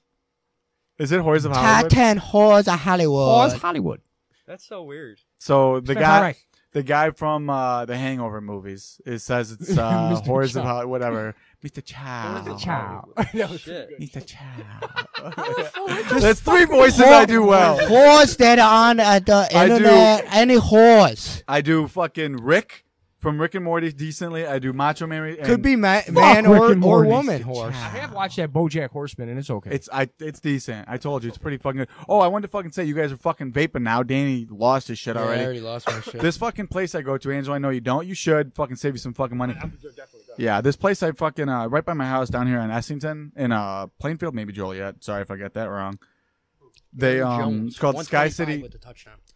Is it Horrors of Top Hollywood? ten whores of Hollywood. Hollywood. That's so weird. So the That's guy, alright. the guy from uh, the Hangover movies, it says it's uh, Mr. Horrors of Chow. Hollywood, whatever. Mr. Chow. Mr. Chow. Shit. Mr. Chow. That's three voices I do well. Whores that are on uh, the I do- internet. Any whores I do fucking Rick from Rick and Morty decently. I do Macho Man. and could be ma- Fuck man Rick or, and or Morty's woman Mr. horse. I have watched that BoJack Horseman, and it's okay. It's I. It's decent. I told you, it's pretty fucking good. Oh, I wanted to fucking say you guys are fucking vaping now. Danny lost his shit already. lost my shit. This fucking place I go to, Angel, I know you don't. You should fucking save you some fucking money. Yeah, this place I fucking uh, right by my house down here in Essington in uh Plainfield, maybe Joliet. Sorry if I got that wrong. They um, it's called Sky City.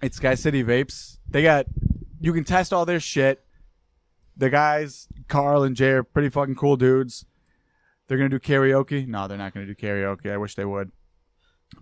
It's Sky City Vapes. They got you can test all their shit. The guys, Carl and Jay, are pretty fucking cool dudes. They're gonna do karaoke. No, they're not gonna do karaoke. I wish they would.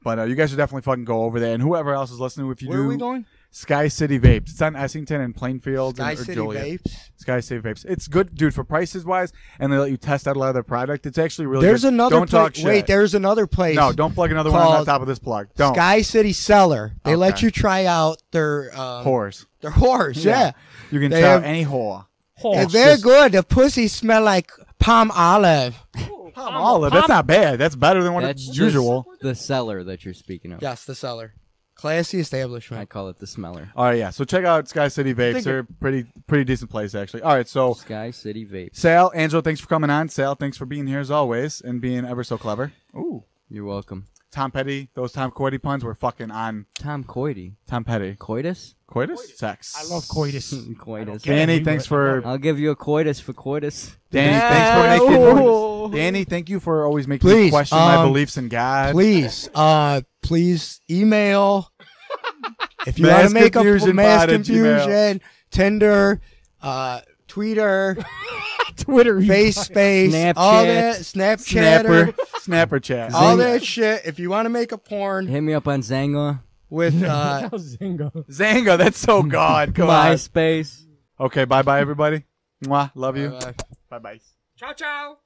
But uh, you guys should definitely fucking go over there. And whoever else is listening, if you Where do, are we going? Sky City Vapes. It's on Essington and Plainfield Sky and, or City Joliet. vapes. Sky City Vapes. It's good, dude, for prices wise, and they let you test out a lot of their product. It's actually really. There's good. another Don't talk place. shit. Wait, there's another place. No, don't plug another one on called top of this plug. Don't. Sky City Cellar. They let Okay. you try out their um, whores. Their whores. Yeah, You can They tell have- any whore. Horse. and they're good. The pussy smell like palm olive. Palm olive. That's not bad. That's better than what That's it's just usual. The seller that you're speaking of. Yes, the cellar, classy I establishment. call it the smeller. All right, yeah. So check out Sky City Vapes. They're a pretty pretty decent place actually. All right, so Sky City Vapes. Sal, Angelo, thanks for coming on. Sal, thanks for being here as always and being ever so clever. Ooh. You're welcome. Tom Petty, those Tom Coity puns were fucking on Tom Coity. Tom Petty. Coitus? Coitus? Sex. I love coitus. coitus. get it. Danny, We thanks were- for I'll give you a coitus for coitus. Danny, thanks for making. Danny, thank you for always making me Please, question my um, beliefs in God. Please, uh, please email if you Mass want to make confusion a mass pod at Gmail. confusion. Tinder, uh, Twitter, Twitter. Face Space, all Snapchat. that, Snapchat, Snapper, snapper chat. all Zynga. that shit. If you want to make a porn Hit me up on Zanga, with uh, Zingo. Zanga, that's so God. Come on. MySpace. Okay, bye bye everybody. uh, Mwah, love you. Bye bye. Ciao, ciao.